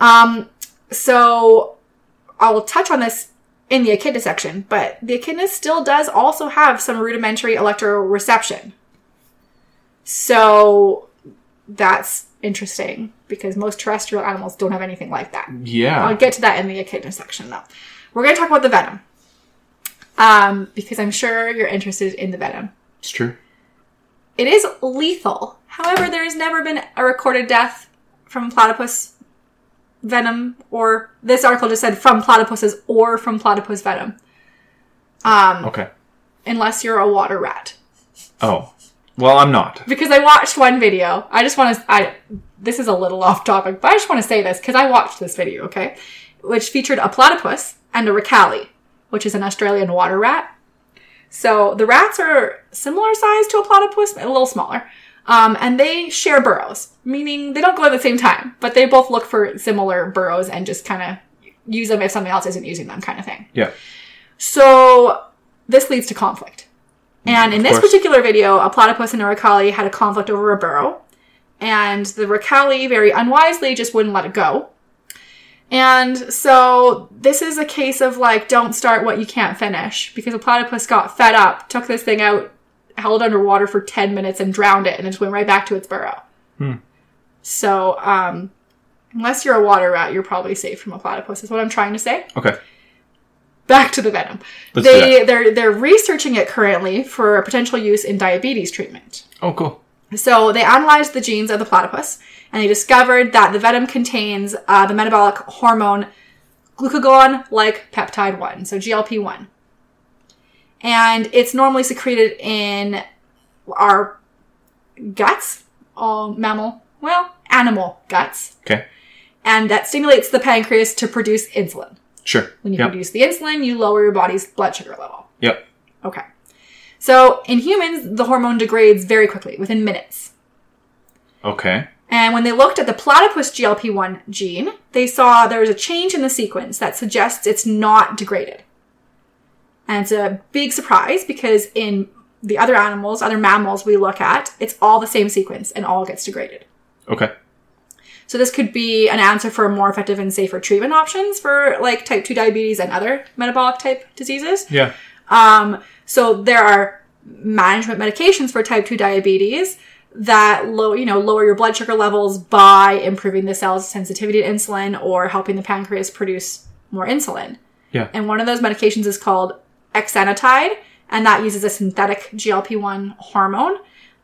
Speaker 1: Um, so I will touch on this in the echidna section, but the echidna still does also have some rudimentary electroreception. So that's interesting because most terrestrial animals don't have anything like that.
Speaker 2: Yeah.
Speaker 1: I'll get to that in the echidna section though. We're going to talk about the venom. Um, because I'm sure you're interested in the venom.
Speaker 2: It's true.
Speaker 1: It is lethal. However, there has never been a recorded death from platypus venom or this article just said from platypuses or from platypus venom. Um,
Speaker 2: Okay.
Speaker 1: unless you're a water rat.
Speaker 2: Oh. Well, I'm not.
Speaker 1: Because I watched one video. I just want to. I this is a little off topic, but I just want to say this because I watched this video, okay, which featured a platypus and a racaille, which is an Australian water rat. So the rats are similar size to a platypus, a little smaller, um, and they share burrows, meaning they don't go at the same time, but they both look for similar burrows and just kind of use them if something else isn't using them, kind of thing.
Speaker 2: Yeah.
Speaker 1: So this leads to conflict. And in
Speaker 2: Of
Speaker 1: this
Speaker 2: course.
Speaker 1: particular video, a platypus and a racaille had a conflict over a burrow. And the racaille very unwisely just wouldn't let it go. And so this is a case of like, don't start what you can't finish. Because a platypus got fed up, took this thing out, held underwater for 10 minutes and drowned it, and then just went right back to its burrow.
Speaker 2: Hmm.
Speaker 1: So, um, unless you're a water rat, you're probably safe from a platypus, is what I'm trying to say
Speaker 2: Okay.
Speaker 1: back to the venom.
Speaker 2: Let's do
Speaker 1: they they're they're researching it currently for potential use in diabetes treatment.
Speaker 2: Oh, cool.
Speaker 1: So they analyzed the genes of the platypus and they discovered that the venom contains uh, the metabolic hormone glucagon-like peptide one, so GLP one, and it's normally secreted in our guts, all mammal, well, animal guts,
Speaker 2: Okay.
Speaker 1: and that stimulates the pancreas to produce insulin.
Speaker 2: Sure.
Speaker 1: When you
Speaker 2: Yep.
Speaker 1: reduce the insulin, you lower your body's blood sugar level.
Speaker 2: Yep.
Speaker 1: Okay. So in humans, the hormone degrades very quickly, within minutes.
Speaker 2: Okay.
Speaker 1: And when they looked at the platypus GLP-1 gene, they saw there was a change in the sequence that suggests it's not degraded. And it's a big surprise because in the other animals, other mammals we look at, it's all the same sequence and all gets degraded.
Speaker 2: Okay.
Speaker 1: So this could be an answer for more effective and safer treatment options for like type 2 diabetes and other metabolic type diseases.
Speaker 2: Yeah.
Speaker 1: Um, so there are management medications for type 2 diabetes that low, you know, lower your blood sugar levels by improving the cell's sensitivity to insulin or helping the pancreas produce more insulin.
Speaker 2: Yeah.
Speaker 1: And one of those medications is called exenatide, and that uses a synthetic GLP-1 hormone.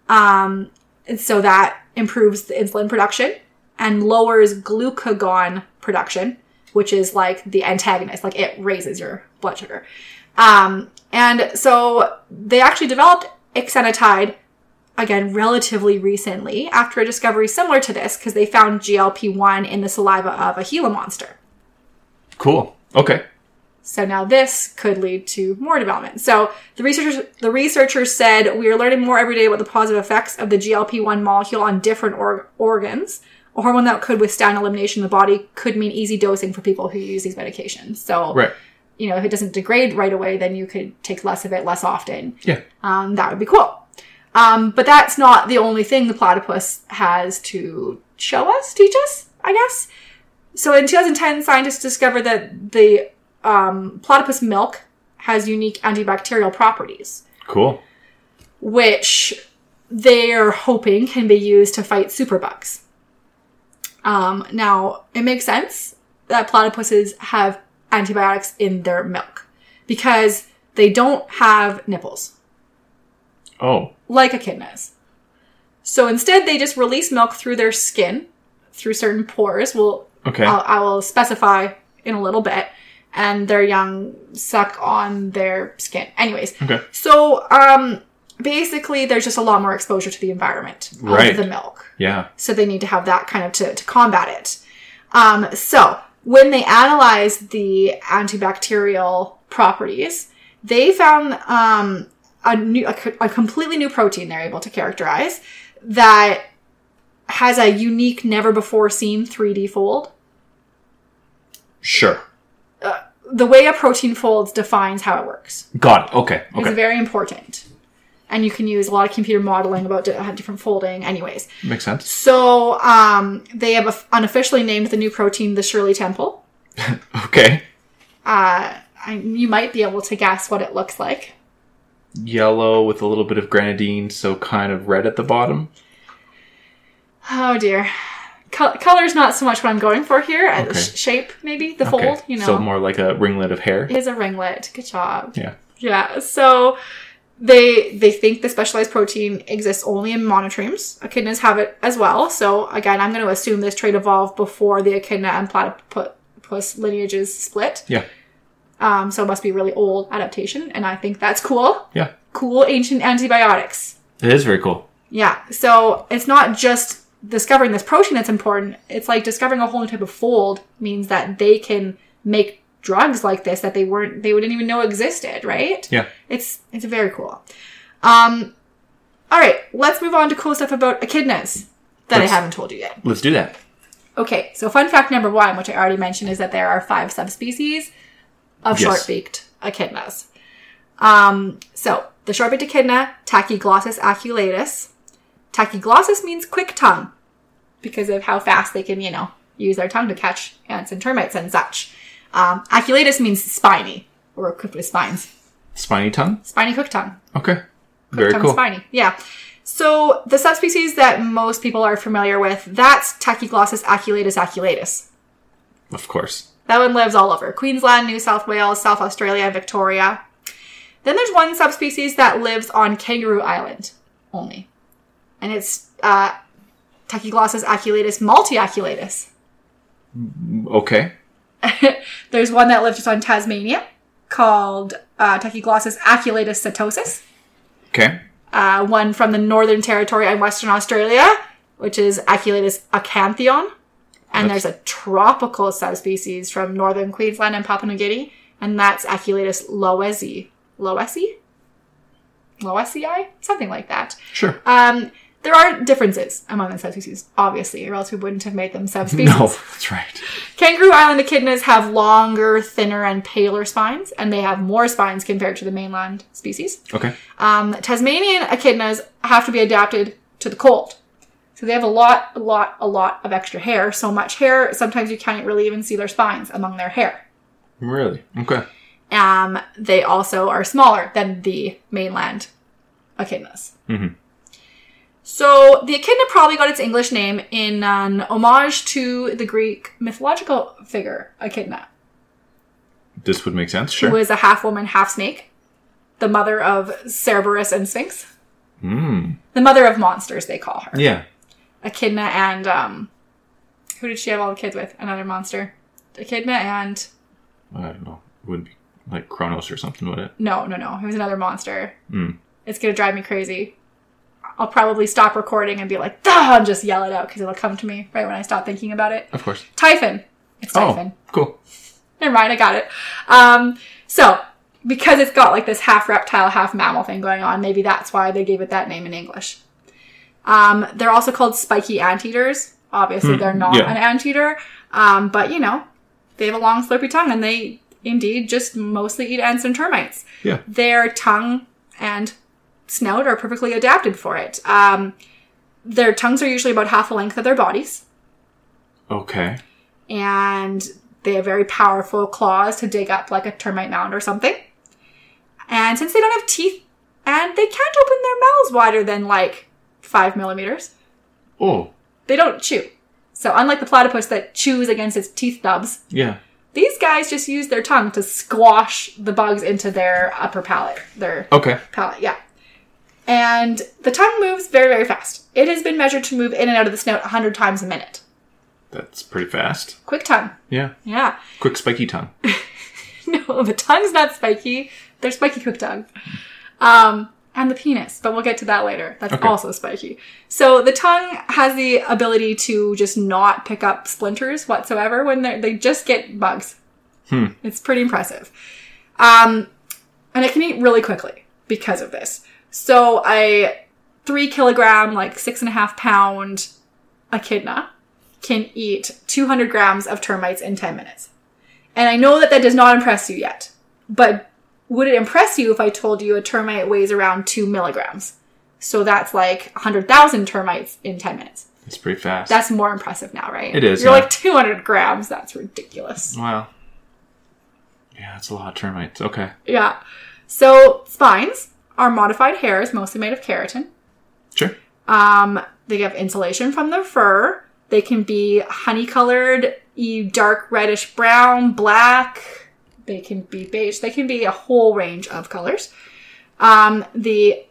Speaker 1: Um, and so that improves the insulin production and lowers glucagon production, which is like the antagonist, like it raises your blood sugar. Um, and so they actually developed exenatide again relatively recently after a discovery similar to this because they found GLP-1 in the saliva of a Gila monster.
Speaker 2: Cool. Okay.
Speaker 1: So now this could lead to more development. So the researchers, the researchers said we are learning more every day about the positive effects of the GLP-1 molecule on different org- organs. A hormone that could withstand elimination in the body could mean easy dosing for people who use these medications. So,
Speaker 2: Right.
Speaker 1: you know, if it doesn't degrade right away, then you could take less of it less often.
Speaker 2: Yeah.
Speaker 1: Um, that would be cool. Um, but that's not the only thing the platypus has to show us, teach us, I guess. So in 2010, scientists discovered that the um, platypus milk has unique antibacterial properties,
Speaker 2: Cool.
Speaker 1: which they're hoping can be used to fight superbugs. Um, now, it makes sense that platypuses have antibiotics in their milk because they don't have nipples
Speaker 2: Oh.
Speaker 1: like echidnas. So instead, they just release milk through their skin, through certain pores. We'll,
Speaker 2: Okay.
Speaker 1: I'll, I will specify in a little bit. And their young suck on their skin. Anyways,
Speaker 2: okay.
Speaker 1: so um, basically, there's just a lot more exposure to the environment
Speaker 2: Right.
Speaker 1: of the milk.
Speaker 2: Yeah.
Speaker 1: So they need to have that kind of to, to combat it. Um, so when they analyzed the antibacterial properties, they found um, a new, a, co- a completely new protein they're able to characterize that has a unique, never before seen 3D fold.
Speaker 2: Sure.
Speaker 1: The way a protein folds defines how it works.
Speaker 2: Got it. Okay. Okay.
Speaker 1: It's very important. And you can use a lot of computer modeling about di- uh, different folding, anyways.
Speaker 2: Makes sense.
Speaker 1: So um, they have unofficially named the new protein the Shirley Temple.
Speaker 2: Okay.
Speaker 1: Uh, I, you might be able to guess what it looks like.
Speaker 2: Yellow with a little bit of grenadine, so kind of red at the bottom.
Speaker 1: Oh dear, Col- color's not so much what I'm going for here. Uh,
Speaker 2: Okay.
Speaker 1: sh- shape, maybe the
Speaker 2: Okay.
Speaker 1: fold. You know,
Speaker 2: So more like a ringlet of hair.
Speaker 1: is a ringlet. Good job.
Speaker 2: Yeah.
Speaker 1: Yeah. So they they think the specialized protein exists only in monotremes. Echidnas have it as well. So again, I'm going to assume this trait evolved before the echidna and platypus lineages split.
Speaker 2: Yeah.
Speaker 1: Um, so it must be really old adaptation, and I think that's cool.
Speaker 2: Yeah.
Speaker 1: Cool ancient antibiotics.
Speaker 2: It is very cool.
Speaker 1: Yeah. So it's not just discovering this protein that's important. It's like discovering a whole new type of fold means that they can make drugs like this that they weren't they didn't even know existed, right?
Speaker 2: Yeah.
Speaker 1: It's it's very cool. Um all right, let's move on to cool stuff about echidnas that
Speaker 2: Let's-
Speaker 1: I haven't told you yet.
Speaker 2: Let's do that.
Speaker 1: Okay, so fun fact number one, which I already mentioned, is that there are five subspecies of
Speaker 2: Yes.
Speaker 1: short-beaked echidnas. Um, so the short-beaked echidna, Tachyglossus aculatus. Tachyglossus means quick tongue because of how fast they can, you know, use their tongue to catch ants and termites and such. Um, aculatus means spiny or equipped with spines.
Speaker 2: Spiny tongue.
Speaker 1: Spiny quick tongue.
Speaker 2: Okay. Very
Speaker 1: Tongue
Speaker 2: cool.
Speaker 1: spiny. Yeah. So the subspecies that most people are familiar with, that's Tachyglossus aculatus aculatus.
Speaker 2: Of course.
Speaker 1: That one lives all over Queensland, New South Wales, South Australia, and Victoria. Then there's one subspecies that lives on Kangaroo Island only, and it's uh, Tachyglossus aculatus multiaculatus.
Speaker 2: Okay.
Speaker 1: There's one that lives just on Tasmania called uh, Tachyglossus aculatus setosus.
Speaker 2: Okay.
Speaker 1: Uh, one from the Northern Territory and Western Australia, which is Aculatus acanthion. And
Speaker 2: That's-
Speaker 1: there's a tropical subspecies from northern Queensland and Papua New Guinea, and that's Aculatus loesi. Loesi? Loesii? Something like that.
Speaker 2: Sure.
Speaker 1: Um, there are differences among the subspecies, obviously, or else we wouldn't have made them subspecies.
Speaker 2: No, that's right.
Speaker 1: Kangaroo Island echidnas have longer, thinner, and paler spines, and they have more spines compared to the mainland species.
Speaker 2: Okay.
Speaker 1: Um, Tasmanian echidnas have to be adapted to the cold. So they have a lot, a lot, a lot of extra hair. So much hair, sometimes you can't really even see their spines among their hair.
Speaker 2: Really? Okay.
Speaker 1: Um, they also are smaller than the mainland echidnas.
Speaker 2: Mhm.
Speaker 1: So the echidna probably got its English name in an homage to the Greek mythological figure echidna,
Speaker 2: This would make sense.
Speaker 1: who
Speaker 2: Sure.
Speaker 1: is a half woman, half snake, the mother of Cerberus and Sphinx,
Speaker 2: Mm.
Speaker 1: the mother of monsters. They call her.
Speaker 2: Yeah.
Speaker 1: Echidna and um who did she have all the kids with? Another monster. Echidna and
Speaker 2: I don't know. It wouldn't be like Kronos or something, would it?
Speaker 1: no, no, no. It was another monster.
Speaker 2: Mm.
Speaker 1: It's gonna drive me crazy. I'll probably stop recording and be like, "Duh," and just yell it out because it'll come to me right when I stop thinking about it.
Speaker 2: Of course.
Speaker 1: Typhon. It's Typhon.
Speaker 2: Oh, cool.
Speaker 1: Never mind, I got it. Um, so because it's got like this half reptile, half mammal thing going on, maybe that's why they gave it that name in English. Um, they're also called spiky anteaters. Obviously, they're not
Speaker 2: yeah.
Speaker 1: an anteater, um, but you know, they have a long, slurpy tongue, and they indeed just mostly eat ants and termites.
Speaker 2: Yeah.
Speaker 1: Their tongue and snout are perfectly adapted for it. Um, their tongues are usually about half the length of their bodies
Speaker 2: Okay.
Speaker 1: and they have very powerful claws to dig up like a termite mound or something. And since they don't have teeth and they can't open their mouths wider than like five millimeters,
Speaker 2: Oh,
Speaker 1: they don't chew. So unlike the platypus that chews against its teeth nubs,
Speaker 2: yeah.
Speaker 1: these guys just use their tongue to squash the bugs into their upper palate, their
Speaker 2: Okay.
Speaker 1: palate, yeah. And the tongue moves very, very fast. It has been measured to move in and out of the snout 100 times a minute.
Speaker 2: That's pretty fast.
Speaker 1: Quick tongue,
Speaker 2: Yeah.
Speaker 1: yeah.
Speaker 2: Quick spiky tongue.
Speaker 1: No, the tongue's not spiky. They're spiky cook tongue. Um, and the penis, but we'll get to that later. That's
Speaker 2: Okay.
Speaker 1: also spiky. So the tongue has the ability to just not pick up splinters whatsoever when they they just get bugs.
Speaker 2: Hmm.
Speaker 1: It's pretty impressive. Um, and it can eat really quickly because of this. So a three kilogram, like six and a half pound echidna can eat 200 grams of termites in 10 minutes. And I know that that does not impress you yet, but would it impress you if I told you a termite weighs around 2 milligrams? So that's like 100,000 termites in 10 minutes.
Speaker 2: It's pretty fast.
Speaker 1: That's more impressive now, right?
Speaker 2: It is,
Speaker 1: You're
Speaker 2: yeah.
Speaker 1: like 200 grams. That's ridiculous.
Speaker 2: wow. Yeah, that's a lot of termites. Okay.
Speaker 1: Yeah. So spines are modified hairs, mostly made of keratin.
Speaker 2: Sure.
Speaker 1: Um, they have insulation from their fur. They can be honey colored, e dark reddish brown, black. They can be beige. They can be a whole range of colors. Um, the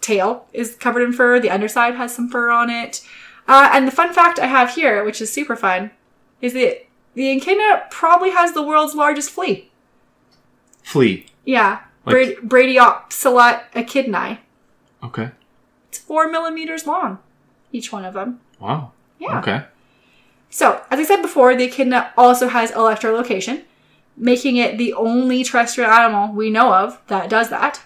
Speaker 1: tail is covered in fur. The underside has some fur on it. Uh, and the fun fact I have here, which is super fun, is that the echidna probably has the world's largest flea.
Speaker 2: Flea.
Speaker 1: Yeah,
Speaker 2: Like-
Speaker 1: Brad- Bradyopsila echidnae.
Speaker 2: Okay.
Speaker 1: It's four millimeters long, each one of them.
Speaker 2: Wow.
Speaker 1: Yeah.
Speaker 2: Okay.
Speaker 1: So, as I said before, the echidna also has electrolocation, making it the only terrestrial animal we know of that does that.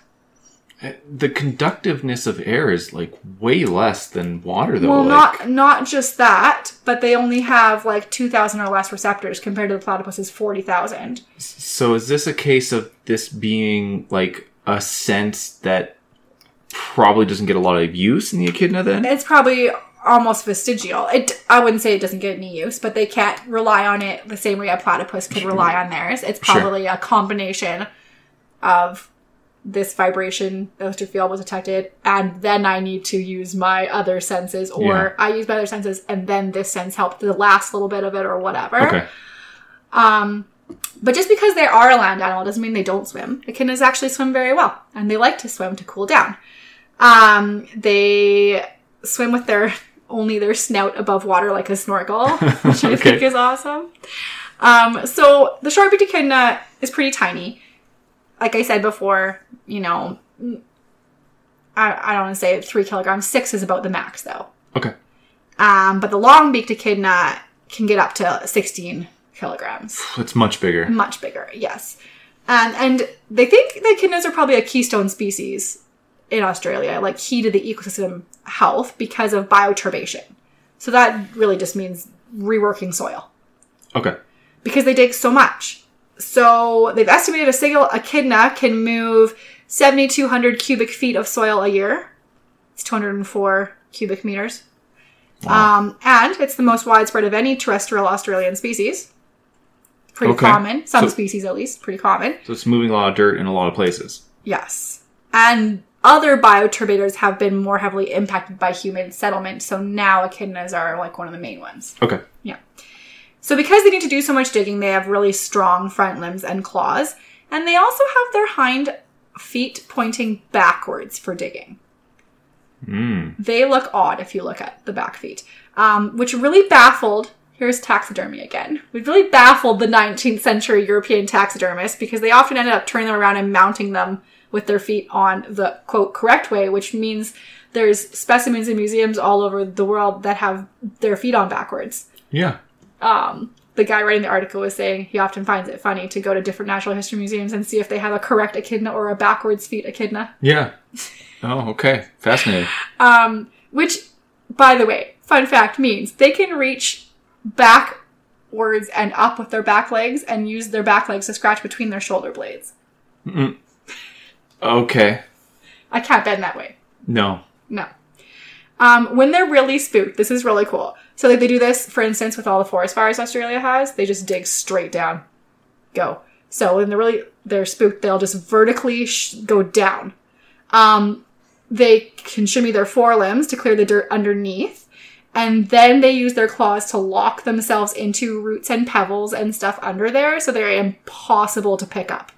Speaker 2: Uh, The conductiveness of air is like way less than water, though.
Speaker 1: well,
Speaker 2: like,
Speaker 1: not not just that, but they only have like 2,000 or less receptors compared to the platypus's 40,000.
Speaker 2: So is this a case of this being like a sense that probably doesn't get a lot of use in the echidna then?
Speaker 1: It's probably almost vestigial. It I wouldn't say it doesn't get any use, but they can't rely on it the same way a platypus could rely on theirs. It's
Speaker 2: Mm-hmm. Sure.
Speaker 1: probably a combination of this vibration electric field was detected, and then I need to use my other senses, or I use my other senses, and then this sense helped the last little bit of it, or whatever.
Speaker 2: Okay.
Speaker 1: Um, but just because they are a land animal doesn't mean they don't swim. Echidnas actually swim very well, and they like to swim to cool down. Um, they swim with their only their snout above water like a snorkel, which I
Speaker 2: Okay.
Speaker 1: think is awesome. Um, so the short-beaked echidna is pretty tiny. Like I said before, you know, I, I don't want to say three kilograms. Six is about the max, though.
Speaker 2: Okay.
Speaker 1: Um, but the long-beaked echidna can get up to sixteen kilograms
Speaker 2: It's much bigger.
Speaker 1: much bigger yes um, and they think that echidnas are probably a keystone species in australia like key to the ecosystem health because of bioturbation so that really just means reworking soil
Speaker 2: Okay.
Speaker 1: because they dig so much so they've estimated a single echidna can move 7200 cubic feet of soil a year it's 204 cubic meters
Speaker 2: Wow.
Speaker 1: um, and it's the most widespread of any terrestrial australian species pretty
Speaker 2: Okay.
Speaker 1: common some
Speaker 2: So-
Speaker 1: species at least pretty common
Speaker 2: So it's moving a lot of dirt in a lot of places.
Speaker 1: Yes. And other bioturbators have been more heavily impacted by human settlement, so now echidnas are like one of the main ones.
Speaker 2: Okay.
Speaker 1: So because they need to do so much digging, they have really strong front limbs and claws, and they also have their hind feet pointing backwards for digging.
Speaker 2: Mm.
Speaker 1: They look odd if you look at the back feet, um, which really baffled. Here's taxidermy again. We've really baffled the 19th century European taxidermists because they often ended up turning them around and mounting them with their feet on the quote correct way, which means there's specimens in museums all over the world that have their feet on backwards.
Speaker 2: Yeah.
Speaker 1: Um, the guy writing the article was saying he often finds it funny to go to different natural history museums and see if they have a correct echidna or a backwards feet echidna.
Speaker 2: Yeah. Oh, okay. Fascinating.
Speaker 1: Um, which, by the way, fun fact means they can reach backwards and up with their back legs and use their back legs to scratch between their shoulder blades.
Speaker 2: Mm. Okay.
Speaker 1: I can't bend that way.
Speaker 2: No.
Speaker 1: No. Um, when they're really spooked, this is really cool. So like, they do this, for instance, with all the forest fires Australia has. They just dig straight down, go. So when they're really they're spooked, they'll just vertically sh- go down. Um, they can shimmy their forelimbs to clear the dirt underneath, and then they use their claws to lock themselves into roots and pebbles and stuff under there, so they're impossible to pick up.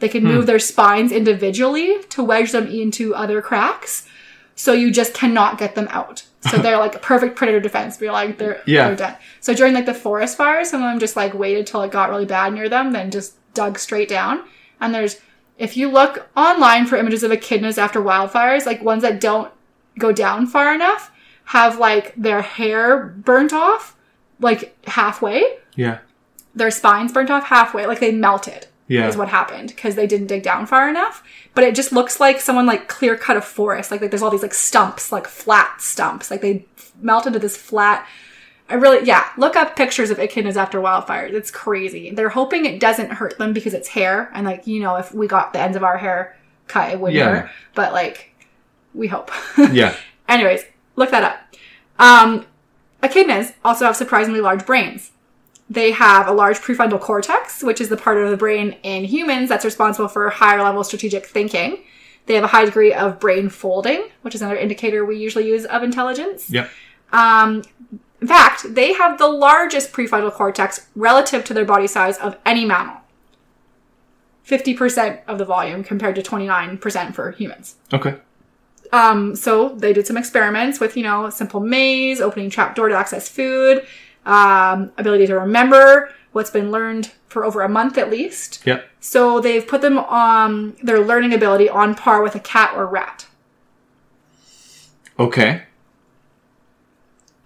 Speaker 1: They can move their spines individually to wedge them into other cracks so you just cannot get them out. So they're like perfect predator defense. But you're like they're,
Speaker 2: Yeah.
Speaker 1: they're done. So during like the forest fires, some of them just like waited till it got really bad near them, then just dug straight down. And there's if you look online for images of echidnas after wildfires, like ones that don't go down far enough, have like their hair burnt off, like halfway,
Speaker 2: Yeah.
Speaker 1: their spines burnt off halfway, like they melted
Speaker 2: Yeah.
Speaker 1: is what happened because they didn't dig down far enough. But it just looks like someone like clear cut a forest. Like, like there's all these like stumps, like flat stumps. Like they f- melt into this flat. I really, yeah. Look up pictures of echidnas after wildfires. It's crazy. They're hoping it doesn't hurt them because it's hair. And like, you know, if we got the ends of our hair cut, it wouldn't
Speaker 2: Yeah.
Speaker 1: hurt. But like, we hope.
Speaker 2: Yeah.
Speaker 1: Anyways, look that up. Um, echidnas also have surprisingly large brains. They have a large prefrontal cortex, which is the part of the brain in humans that's responsible for higher level strategic thinking. They have a high degree of brain folding, which is another indicator we usually use of intelligence.
Speaker 2: Yep.
Speaker 1: Um, in fact, they have the largest prefrontal cortex relative to their body size of any mammal 50% of the volume compared to 29% for humans.
Speaker 2: Okay.
Speaker 1: Um, so they did some experiments with, you know, simple maze, opening trap door to access food, um, ability to remember what's been learned for over a month at least.
Speaker 2: Yep.
Speaker 1: So they've put them on their learning ability on par with a cat or rat.
Speaker 2: Okay.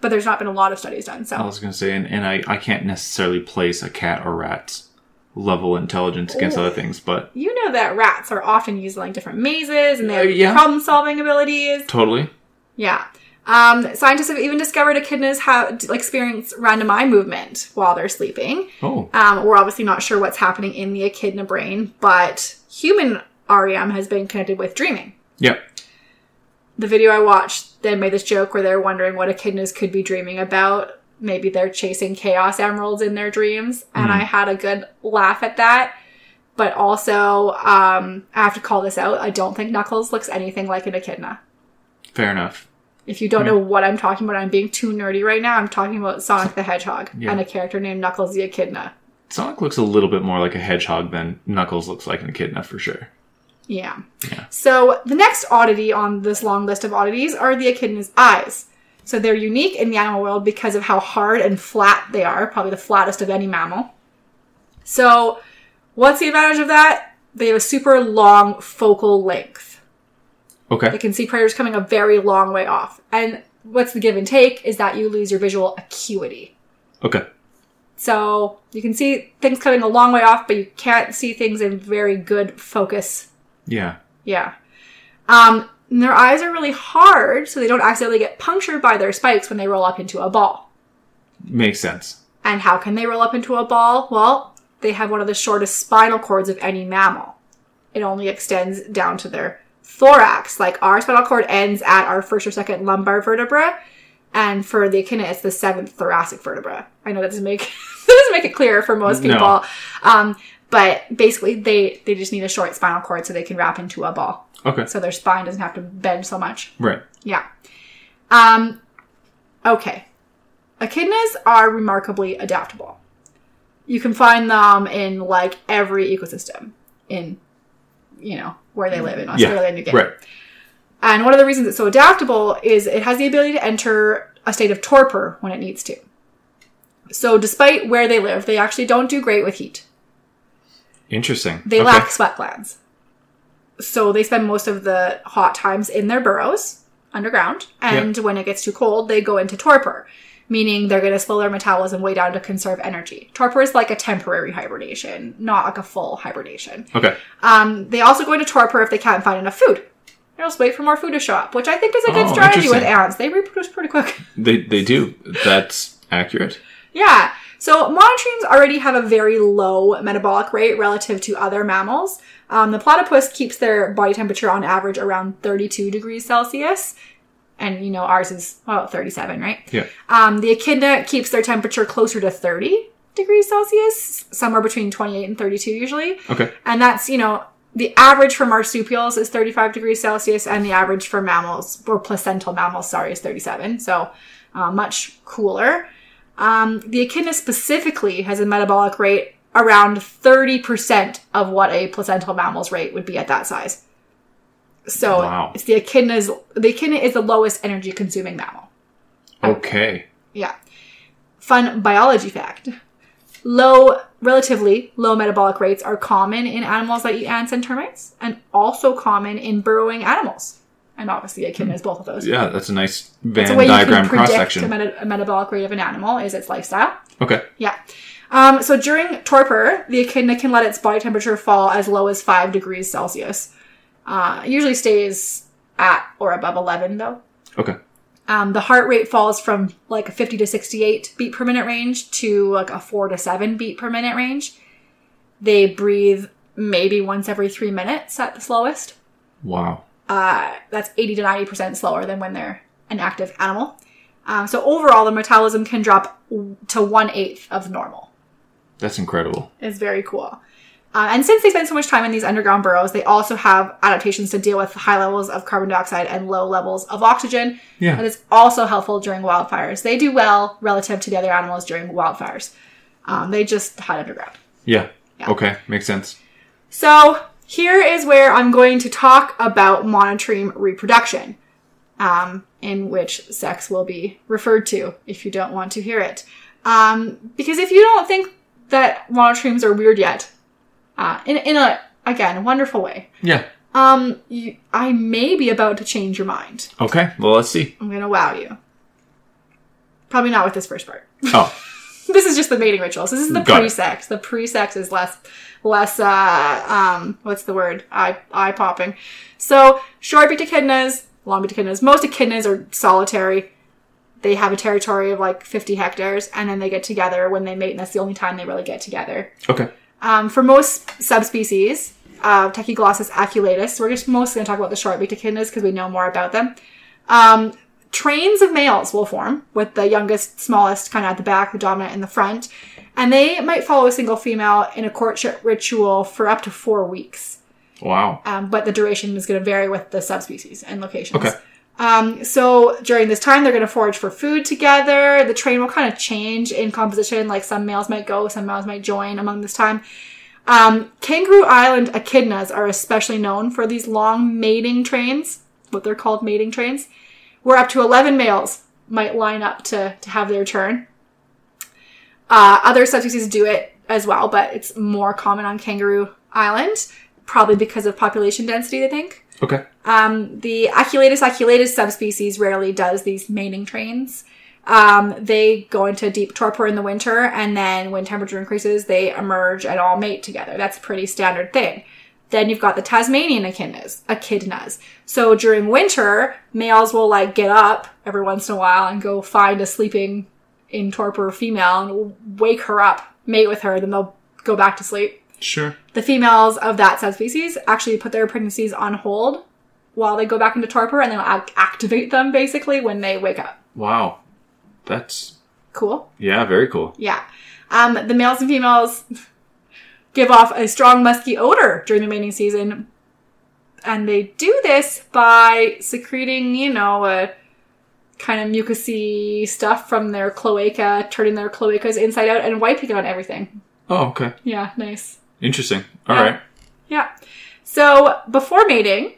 Speaker 1: But there's not been a lot of studies done.
Speaker 2: I
Speaker 1: So
Speaker 2: was gonna say, and, and I, I can't necessarily place a cat or rat's level intelligence against
Speaker 1: Ooh.
Speaker 2: other things, but
Speaker 1: you know that rats are often used in like different mazes and they
Speaker 2: Uh,
Speaker 1: have
Speaker 2: yeah.
Speaker 1: problem solving abilities.
Speaker 2: totally.
Speaker 1: Yeah. Um, scientists have even discovered echidnas have like experience random eye movement while they're sleeping.
Speaker 2: Oh.
Speaker 1: Um, we're obviously not sure what's happening in the echidna brain, but human REM has been connected with dreaming.
Speaker 2: Yep.
Speaker 1: The video I watched then made this joke where they're wondering what echidnas could be dreaming about. Maybe they're chasing chaos emeralds in their dreams, and I had a good laugh at that. But also, um, I have to call this out. I don't think Knuckles looks anything like an echidna.
Speaker 2: Fair enough.
Speaker 1: If you don't
Speaker 2: Mm.
Speaker 1: know what I'm talking about, I'm being too nerdy right now. I'm talking about Sonic the Hedgehog
Speaker 2: Yeah.
Speaker 1: and a character named Knuckles the Echidna.
Speaker 2: Sonic looks a little bit more like a hedgehog than Knuckles looks like an echidna for sure.
Speaker 1: Yeah.
Speaker 2: Yeah.
Speaker 1: So the next oddity on this long list of oddities are the echidna's eyes. So they're unique in the animal world because of how hard and flat they are, probably the flattest of any mammal. So what's the advantage of that? They have a super long focal length. They
Speaker 2: Okay.
Speaker 1: can see predators coming a very long way off. And what's the give and take is that you lose your visual acuity.
Speaker 2: Okay.
Speaker 1: So you can see things coming a long way off, but you can't see things in very good focus.
Speaker 2: Yeah.
Speaker 1: Yeah. Um, and their eyes are really hard, so they don't accidentally get punctured by their spikes when they roll up into a ball.
Speaker 2: Makes sense.
Speaker 1: And how can they roll up into a ball? Well, they have one of the shortest spinal cords of any mammal. It only extends down to their thorax. Like our spinal cord ends at our first or second lumbar vertebra, and for the echidna, it's the seventh thoracic vertebra. I know that doesn't make that doesn't make it clear for most
Speaker 2: No.
Speaker 1: people, um, but basically they they just need a short spinal cord so they can wrap into a ball,
Speaker 2: Okay.
Speaker 1: so their spine doesn't have to bend so much.
Speaker 2: Right.
Speaker 1: Yeah. Um, okay. Echidnas are remarkably adaptable. You can find them in like every ecosystem in, you know, where they live in Australia and New Guinea.
Speaker 2: Right.
Speaker 1: And one of the reasons it's so adaptable is it has the ability to enter a state of torpor when it needs to. So, despite where they live, they actually don't do great with heat.
Speaker 2: Interesting.
Speaker 1: They
Speaker 2: Okay.
Speaker 1: lack sweat glands. So, they spend most of the hot times in their burrows underground. And when it gets too cold, they go into torpor, meaning they're going to slow their metabolism way down to conserve energy. Torpor is like a temporary hibernation, not like a full hibernation.
Speaker 2: Okay.
Speaker 1: Um, they also go into torpor if they can't find enough food. They'll just wait for more food to show up, which I think is a good
Speaker 2: Oh,
Speaker 1: strategy with
Speaker 2: interesting.
Speaker 1: ants. They reproduce pretty quick.
Speaker 2: They they do. That's accurate.
Speaker 1: Yeah. So monotremes already have a very low metabolic rate relative to other mammals. Um, the platypus keeps their body temperature on average around 32 degrees Celsius. And you know, ours is about 37, right?
Speaker 2: Yeah.
Speaker 1: Um, the echidna keeps their temperature closer to 30 degrees Celsius, somewhere between 28 and 32 usually.
Speaker 2: Okay.
Speaker 1: And that's, you know, the average for marsupials is 35 degrees Celsius, and the average for mammals, or placental mammals, sorry, is 37. So uh, much cooler. Um, the echidna specifically has a metabolic rate around 30% of what a placental mammal's rate would be at that size. So
Speaker 2: Wow.
Speaker 1: it's the echidna's, the echidna is the lowest energy consuming mammal.
Speaker 2: Okay.
Speaker 1: Yeah. Fun biology fact. Low, relatively low metabolic rates are common in animals that eat ants and termites, and also common in burrowing animals. And obviously, echidna is both of those.
Speaker 2: Hmm. Yeah, that's a nice
Speaker 1: It's a
Speaker 2: Venn
Speaker 1: way you
Speaker 2: diagram
Speaker 1: can
Speaker 2: cross
Speaker 1: predict a,
Speaker 2: section.
Speaker 1: meta- a metabolic rate of an animal is its lifestyle.
Speaker 2: Okay.
Speaker 1: Yeah. Um, so during torpor, the echidna can let its body temperature fall as low as five degrees Celsius. Uh, it usually stays at or above eleven though.
Speaker 2: Okay.
Speaker 1: Um, the heart rate falls from like a 50 to 68 beat per minute range to like a 4 to 7 beat per minute range. They breathe maybe once every three minutes at the slowest.
Speaker 2: Wow.
Speaker 1: Uh, that's 80 to 90% slower than when they're an active animal. Um, so overall, the metabolism can drop w- to one eighth of normal.
Speaker 2: That's incredible.
Speaker 1: It's very cool. Uh, and since they spend so much time in these underground burrows, they also have adaptations to deal with high levels of carbon dioxide and low levels of oxygen,
Speaker 2: Yeah.
Speaker 1: that is also helpful during wildfires. They do well relative to the other animals during wildfires. Um, they just hide underground.
Speaker 2: Yeah.
Speaker 1: Yeah.
Speaker 2: Okay. Makes sense.
Speaker 1: So here is where I'm going to talk about monotreme reproduction, um, in which sex will be referred to if you don't want to hear it. Um, because if you don't think that monotremes are weird yet, uh, in, in a, again, wonderful way,
Speaker 2: Yeah.
Speaker 1: um, you, I may be about to change your mind.
Speaker 2: Okay. Well, let's see.
Speaker 1: I'm going to wow you. Probably not with this first part.
Speaker 2: Oh,
Speaker 1: this is just the mating rituals. This is the
Speaker 2: Got it.
Speaker 1: pre-sex. The pre-sex is less, less, uh, um, what's the word? Eye, eye popping. So short-beaked echidnas, long-beaked echidnas, most echidnas are solitary. They have a territory of like 50 hectares and then they get together when they mate and that's the only time they really get together.
Speaker 2: okay.
Speaker 1: Um, for most subspecies, uh, Tachyglossus aculatus, we're just mostly going to talk about the short-beaked echidnas because we know more about them. Um, trains of males will form, with the youngest, smallest kind of at the back, the dominant in the front, and they might follow a single female in a courtship ritual for up to four weeks.
Speaker 2: Wow.
Speaker 1: Um, but the duration is going to vary with the subspecies and locations.
Speaker 2: Okay.
Speaker 1: Um, so during this time, they're going to forage for food together. The train will kind of change in composition. Like some males might go, some males might join among this time. Um, Kangaroo Island echidnas are especially known for these long mating trains, what they're called mating trains, where up to 11 males might line up to, to have their turn. Uh, other subspecies do it as well, but it's more common on Kangaroo Island, probably because of population density, they think.
Speaker 2: Okay.
Speaker 1: Um, the Aculatus aculatus subspecies rarely does these mating trains. Um, they go into deep torpor in the winter, and then when temperature increases, they emerge and all mate together. That's a pretty standard thing. Then you've got the Tasmanian echidnas, echidnas. So during winter, males will like get up every once in a while and go find a sleeping in torpor female and wake her up, mate with her, then they'll go back to sleep.
Speaker 2: Sure.
Speaker 1: The females of that subspecies actually put their pregnancies on hold while they go back into torpor and they'll ac- activate them basically when they wake up.
Speaker 2: Wow. That's
Speaker 1: Cool.
Speaker 2: yeah, very cool.
Speaker 1: Yeah. Um, the males and females give off a strong musky odor during the mating season. And they do this by secreting, you know, a kind of mucousy stuff from their cloaca, turning their cloacas inside out and wiping on everything.
Speaker 2: Oh, okay.
Speaker 1: Yeah, nice.
Speaker 2: Interesting. All
Speaker 1: Yeah.
Speaker 2: right.
Speaker 1: Yeah. So before mating,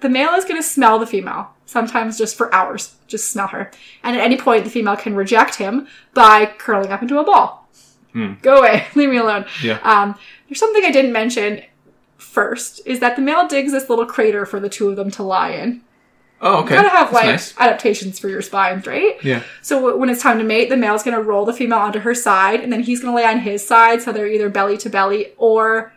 Speaker 1: the male is going to smell the female sometimes just for hours. Just smell her. And at any point, the female can reject him by curling up into a ball.
Speaker 2: Hmm.
Speaker 1: Go away. Leave me alone.
Speaker 2: Yeah.
Speaker 1: Um, there's something I didn't mention first is that the male digs this little crater for the two of them to lie in.
Speaker 2: Oh, okay.
Speaker 1: You gotta have
Speaker 2: That's
Speaker 1: like
Speaker 2: nice.
Speaker 1: adaptations for your spines, right?
Speaker 2: Yeah.
Speaker 1: So w- when it's time to mate, the male's gonna roll the female onto her side, and then he's gonna lay on his side, so they're either belly to belly or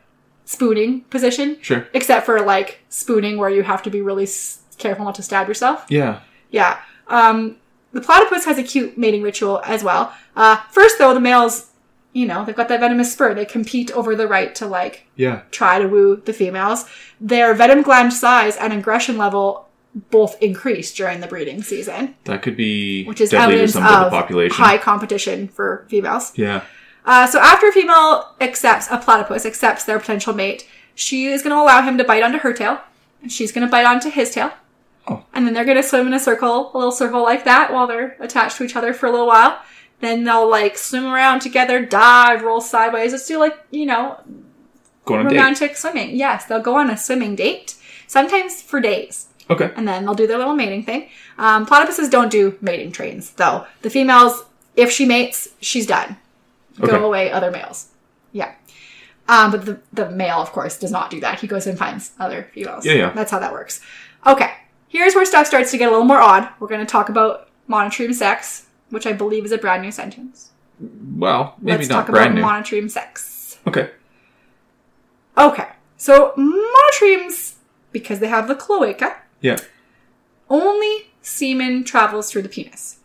Speaker 1: spooning position.
Speaker 2: Sure.
Speaker 1: Except for like spooning, where you have to be really s- careful not to stab yourself.
Speaker 2: Yeah.
Speaker 1: Yeah. Um, the platypus has a cute mating ritual as well. Uh, first, though, the males, you know, they've got that venomous spur. They compete over the right to like
Speaker 2: Yeah.
Speaker 1: try to woo the females. Their venom gland size and aggression level both increase during the breeding season,
Speaker 2: That could be
Speaker 1: which is
Speaker 2: deadly to
Speaker 1: evidence
Speaker 2: some of the
Speaker 1: of
Speaker 2: population.
Speaker 1: high competition for females.
Speaker 2: Yeah.
Speaker 1: Uh, so after a female accepts a platypus accepts their potential mate, she is going to allow him to bite onto her tail, and she's going to bite onto his tail,
Speaker 2: Oh.
Speaker 1: and then they're going to swim in a circle, a little circle like that, while they're attached to each other for a little while. Then they'll like swim around together, dive, roll sideways. Let's do like you know
Speaker 2: Going on a date.
Speaker 1: romantic swimming. Yes, they'll go on a swimming date, sometimes for days,
Speaker 2: Okay.
Speaker 1: and then they'll do their little mating thing. Um, platypuses don't do mating trains, though. The females, if she mates, she's done.
Speaker 2: Okay.
Speaker 1: Go away, other males. Yeah. Um, but the, the male, of course, does not do that. He goes and finds other females.
Speaker 2: Yeah, yeah.
Speaker 1: That's how that works. Okay, here's where stuff starts to get a little more odd. We're going to talk about monotremes sex, which I believe is a brand new sentence.
Speaker 2: Well, maybe
Speaker 1: Let's
Speaker 2: not
Speaker 1: talk
Speaker 2: brand new.
Speaker 1: about monotreme sex.
Speaker 2: okay.
Speaker 1: Okay, so monotremes, because they have the cloaca,
Speaker 2: Yeah.
Speaker 1: only semen travels through the penis.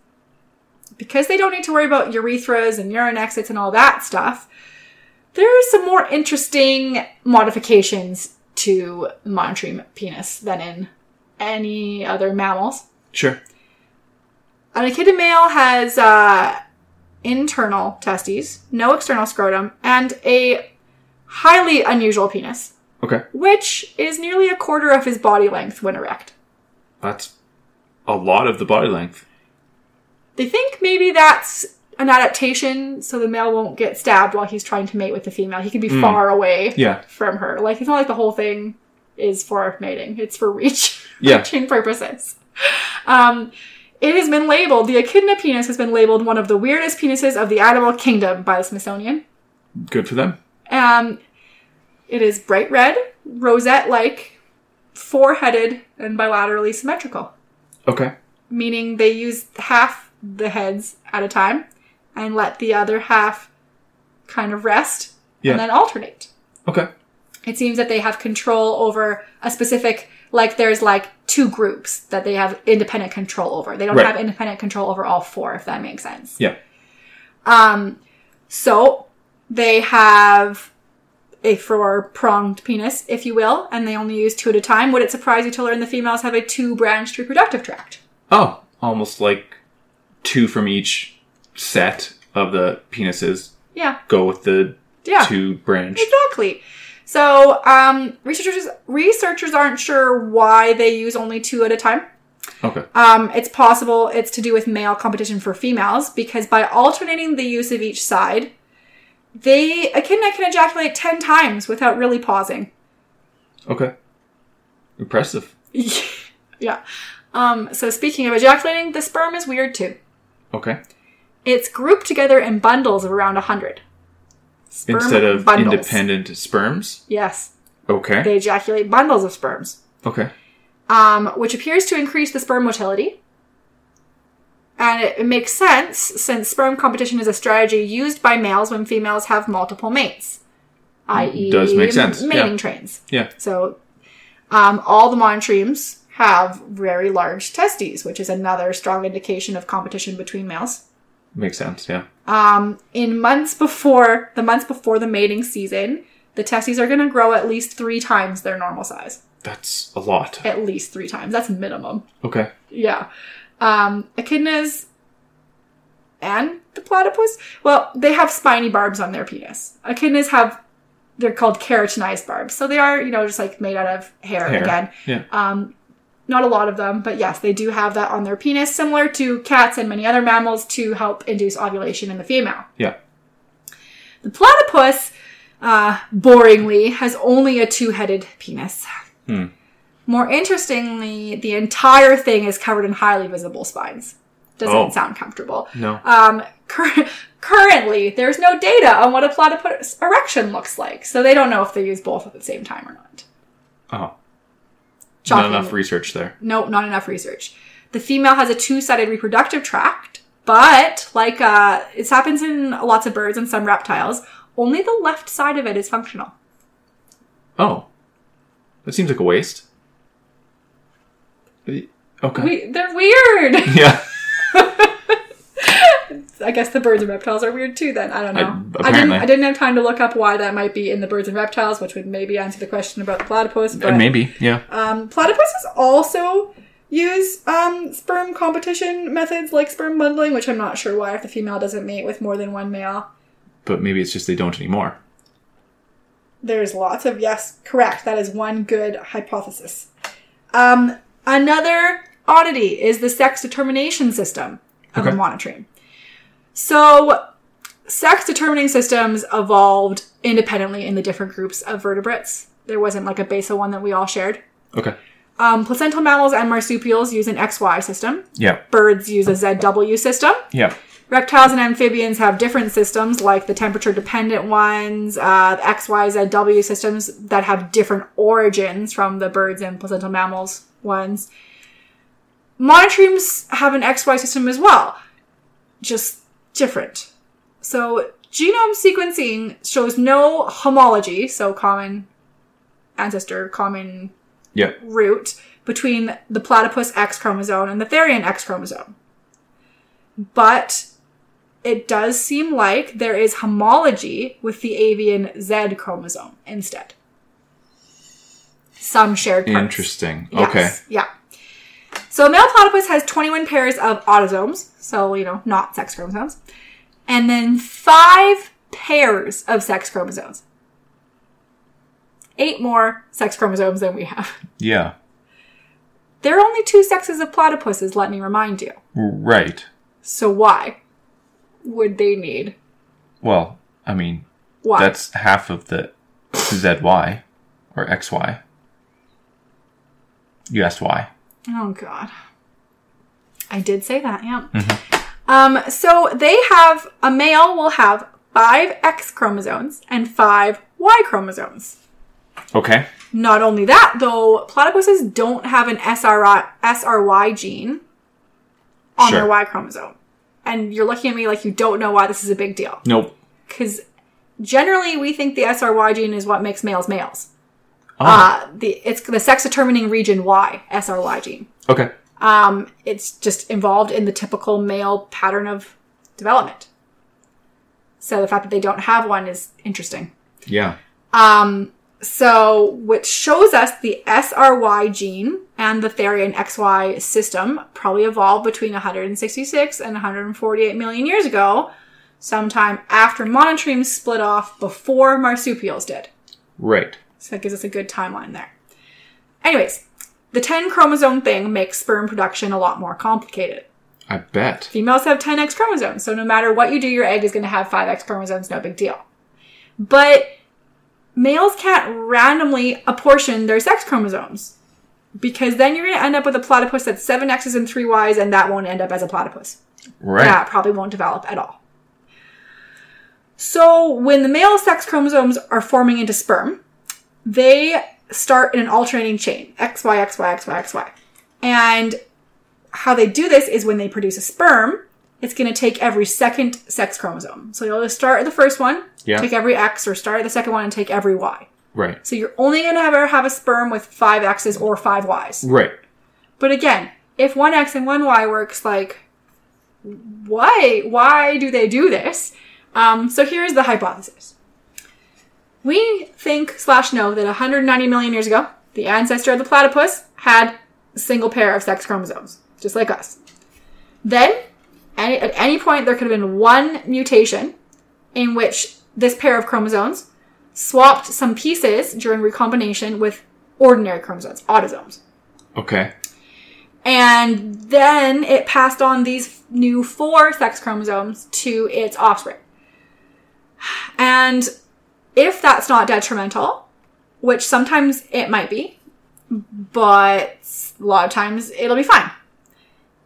Speaker 1: Because they don't need to worry about urethras and urine exits and all that stuff, there are some more interesting modifications to monotreme penis than in any other mammals.
Speaker 2: Sure.
Speaker 1: An echidna male has uh, internal testes, no external scrotum, and a highly unusual penis
Speaker 2: Okay.
Speaker 1: which is nearly a quarter of his body length when erect.
Speaker 2: That's a lot of the body length.
Speaker 1: They think maybe that's an adaptation so the male won't get stabbed while he's trying to mate with the female. He can be far away
Speaker 2: Yeah.
Speaker 1: from her. Like, it's not like the whole thing is for mating, it's for reach,
Speaker 2: Yeah.
Speaker 1: reaching purposes. Um, it has been labeled, the echidna penis has been labeled one of the weirdest penises of the animal kingdom by the Smithsonian.
Speaker 2: Good for them.
Speaker 1: Um, it is bright red, rosette like, four headed, and bilaterally symmetrical.
Speaker 2: Okay.
Speaker 1: meaning they use half the heads at a time and let the other half kind of rest
Speaker 2: Yeah.
Speaker 1: and then alternate.
Speaker 2: Okay.
Speaker 1: It seems that they have control over a specific, like, there's like two groups that they have independent control over. They don't
Speaker 2: Right.
Speaker 1: have independent control over all four, if that makes sense.
Speaker 2: Yeah.
Speaker 1: Um, so they have a four pronged penis, if you will, and they only use two at a time. Would it surprise you to learn the females have a two branched reproductive tract?
Speaker 2: Oh, almost like two from each set of the penises
Speaker 1: Yeah.
Speaker 2: go with the
Speaker 1: Yeah.
Speaker 2: two branch.
Speaker 1: Exactly. So um, researchers researchers aren't sure why they use only two at a time.
Speaker 2: Okay.
Speaker 1: Um, it's possible it's to do with male competition for females because by alternating the use of each side, they echidna can ejaculate ten times without really pausing.
Speaker 2: Okay. Impressive.
Speaker 1: yeah. Um, so speaking of ejaculating, the sperm is weird too.
Speaker 2: Okay.
Speaker 1: It's grouped together in bundles of around hundred.
Speaker 2: Instead of independent sperms.
Speaker 1: Yes,
Speaker 2: Okay.
Speaker 1: they ejaculate bundles of sperms.
Speaker 2: okay.
Speaker 1: um, which appears to increase the sperm motility. And it it makes sense since sperm competition is a strategy used by males when females have multiple mates, i.e.,
Speaker 2: Does make sense,
Speaker 1: mating
Speaker 2: yeah.
Speaker 1: trains.
Speaker 2: Yeah.
Speaker 1: So, um, all the monotremes have very large testes, which is another strong indication of competition between males
Speaker 2: Makes sense. Yeah.
Speaker 1: um, in months before the months before the mating season the testes are going to grow at least three times their normal size
Speaker 2: That's a lot.
Speaker 1: at least three times that's minimum
Speaker 2: Okay.
Speaker 1: yeah. Um, echidnas and the platypus, well, they have spiny barbs on their penis. Echidnas have, they're called keratinized barbs. So they are, you know, just like made out of hair,
Speaker 2: Hair.
Speaker 1: again.
Speaker 2: Yeah.
Speaker 1: Um, not a lot of them, but yes, they do have that on their penis, similar to cats and many other mammals to help induce ovulation in the female.
Speaker 2: Yeah.
Speaker 1: The platypus, uh, boringly, has only a two headed penis.
Speaker 2: Hmm.
Speaker 1: More interestingly, the entire thing is covered in highly visible spines. Doesn't
Speaker 2: Oh.
Speaker 1: sound comfortable.
Speaker 2: No.
Speaker 1: Um, cur- currently, there's no data on what a platypus erection looks like, so they don't know if they use both at the same time or not.
Speaker 2: Oh. Not
Speaker 1: Shockingly.
Speaker 2: enough research there.
Speaker 1: Nope, not enough research. The female has a two-sided reproductive tract, but like uh, it happens in lots of birds and some reptiles, only the left side of it is functional.
Speaker 2: Oh. That seems like a waste. Okay.
Speaker 1: We, they're weird.
Speaker 2: yeah.
Speaker 1: I guess the birds and reptiles are weird too. Then I don't
Speaker 2: I-
Speaker 1: know. I, didn't.
Speaker 2: apparently.
Speaker 1: I didn't have time to look up why that might be in the birds and reptiles, which would maybe answer the question about the platypus. But
Speaker 2: Maybe. Yeah.
Speaker 1: um, platypuses also use um, sperm competition methods like sperm bundling, which I'm not sure why if the female doesn't mate with more than one male.
Speaker 2: But maybe it's just they don't anymore.
Speaker 1: There's lots of yes, correct. That is one good hypothesis. Um, another oddity is the sex determination system of
Speaker 2: Okay.
Speaker 1: the monotremes. So, sex determining systems evolved independently in the different groups of vertebrates. There wasn't like a basal one that we all shared.
Speaker 2: Okay.
Speaker 1: Um, placental mammals and marsupials use an XY system.
Speaker 2: Yeah.
Speaker 1: Birds use a ZW system.
Speaker 2: Yeah.
Speaker 1: Reptiles and amphibians have different systems, like the temperature dependent ones, uh, XYZW systems that have different origins from the birds and placental mammals ones. Monotremes have an XY system as well, just different. So, genome sequencing shows no homology, so common ancestor, common
Speaker 2: Yeah.
Speaker 1: root between the platypus X chromosome and the therian X chromosome. But it does seem like there is homology with the avian Z chromosome instead. Some shared parts.
Speaker 2: Interesting. Okay.
Speaker 1: Yes, Yeah. So a male platypus has 21 pairs of autosomes, so you know, not sex chromosomes, and then five pairs of sex chromosomes. Eight more sex chromosomes than we have.
Speaker 2: Yeah.
Speaker 1: There are only two sexes of platypuses, let me remind you.
Speaker 2: Right.
Speaker 1: So why would they need?
Speaker 2: Well, I mean,
Speaker 1: Why?
Speaker 2: that's half of the ZY or XY. You asked why.
Speaker 1: Oh god. I did say that, yeah.
Speaker 2: Mm-hmm.
Speaker 1: Um, so they have a male will have five X chromosomes and five Y chromosomes.
Speaker 2: Okay.
Speaker 1: Not only that, though, platypuses don't have an SRI, SRY gene on
Speaker 2: Sure.
Speaker 1: their Y chromosome. And you're looking at me like you don't know why this is a big deal.
Speaker 2: Nope.
Speaker 1: Because generally we think the SRY gene is what makes males males.
Speaker 2: Oh.
Speaker 1: Uh, the, it's the sex determining region Y, SRY gene.
Speaker 2: Oh, okay.
Speaker 1: Um, it's just involved in the typical male pattern of development. So the fact that they don't have one is interesting.
Speaker 2: Yeah.
Speaker 1: Um, so which shows us the SRY gene and the therian XY system probably evolved between 166 and 148 million years ago, sometime after monotremes split off before marsupials did.
Speaker 2: Right.
Speaker 1: So that gives us a good timeline there. Anyways, the 10 chromosome thing makes sperm production a lot more complicated.
Speaker 2: I bet.
Speaker 1: Females have 10x chromosomes, so no matter what you do, your egg is going to have 5x chromosomes, no big deal. But males can't randomly apportion their sex chromosomes because then you're going to end up with a platypus that's 7x's and 3y's, and that won't end up as a platypus
Speaker 2: Right.
Speaker 1: that probably won't develop at all. So when the male sex chromosomes are forming into sperm, they start in an alternating chain, XY, XY, XY, XY. And how they do this is when they produce a sperm, it's going to take every second sex chromosome. So you'll just start at the first one,
Speaker 2: Yeah.
Speaker 1: take every X, or start at the second one and take every Y.
Speaker 2: Right.
Speaker 1: So you're only going to ever have a sperm with five X's or five Y's.
Speaker 2: Right.
Speaker 1: But again, if one X and one Y works, like, why? Why do they do this? Um, so here's the hypothesis. We think slash know that 190 million years ago, the ancestor of the platypus had a single pair of sex chromosomes, just like us. Then, any, at any point, there could have been one mutation in which this pair of chromosomes swapped some pieces during recombination with ordinary chromosomes, autosomes.
Speaker 2: Okay.
Speaker 1: And then it passed on these new four sex chromosomes to its offspring. And if that's not detrimental, which sometimes it might be, but a lot of times it'll be fine.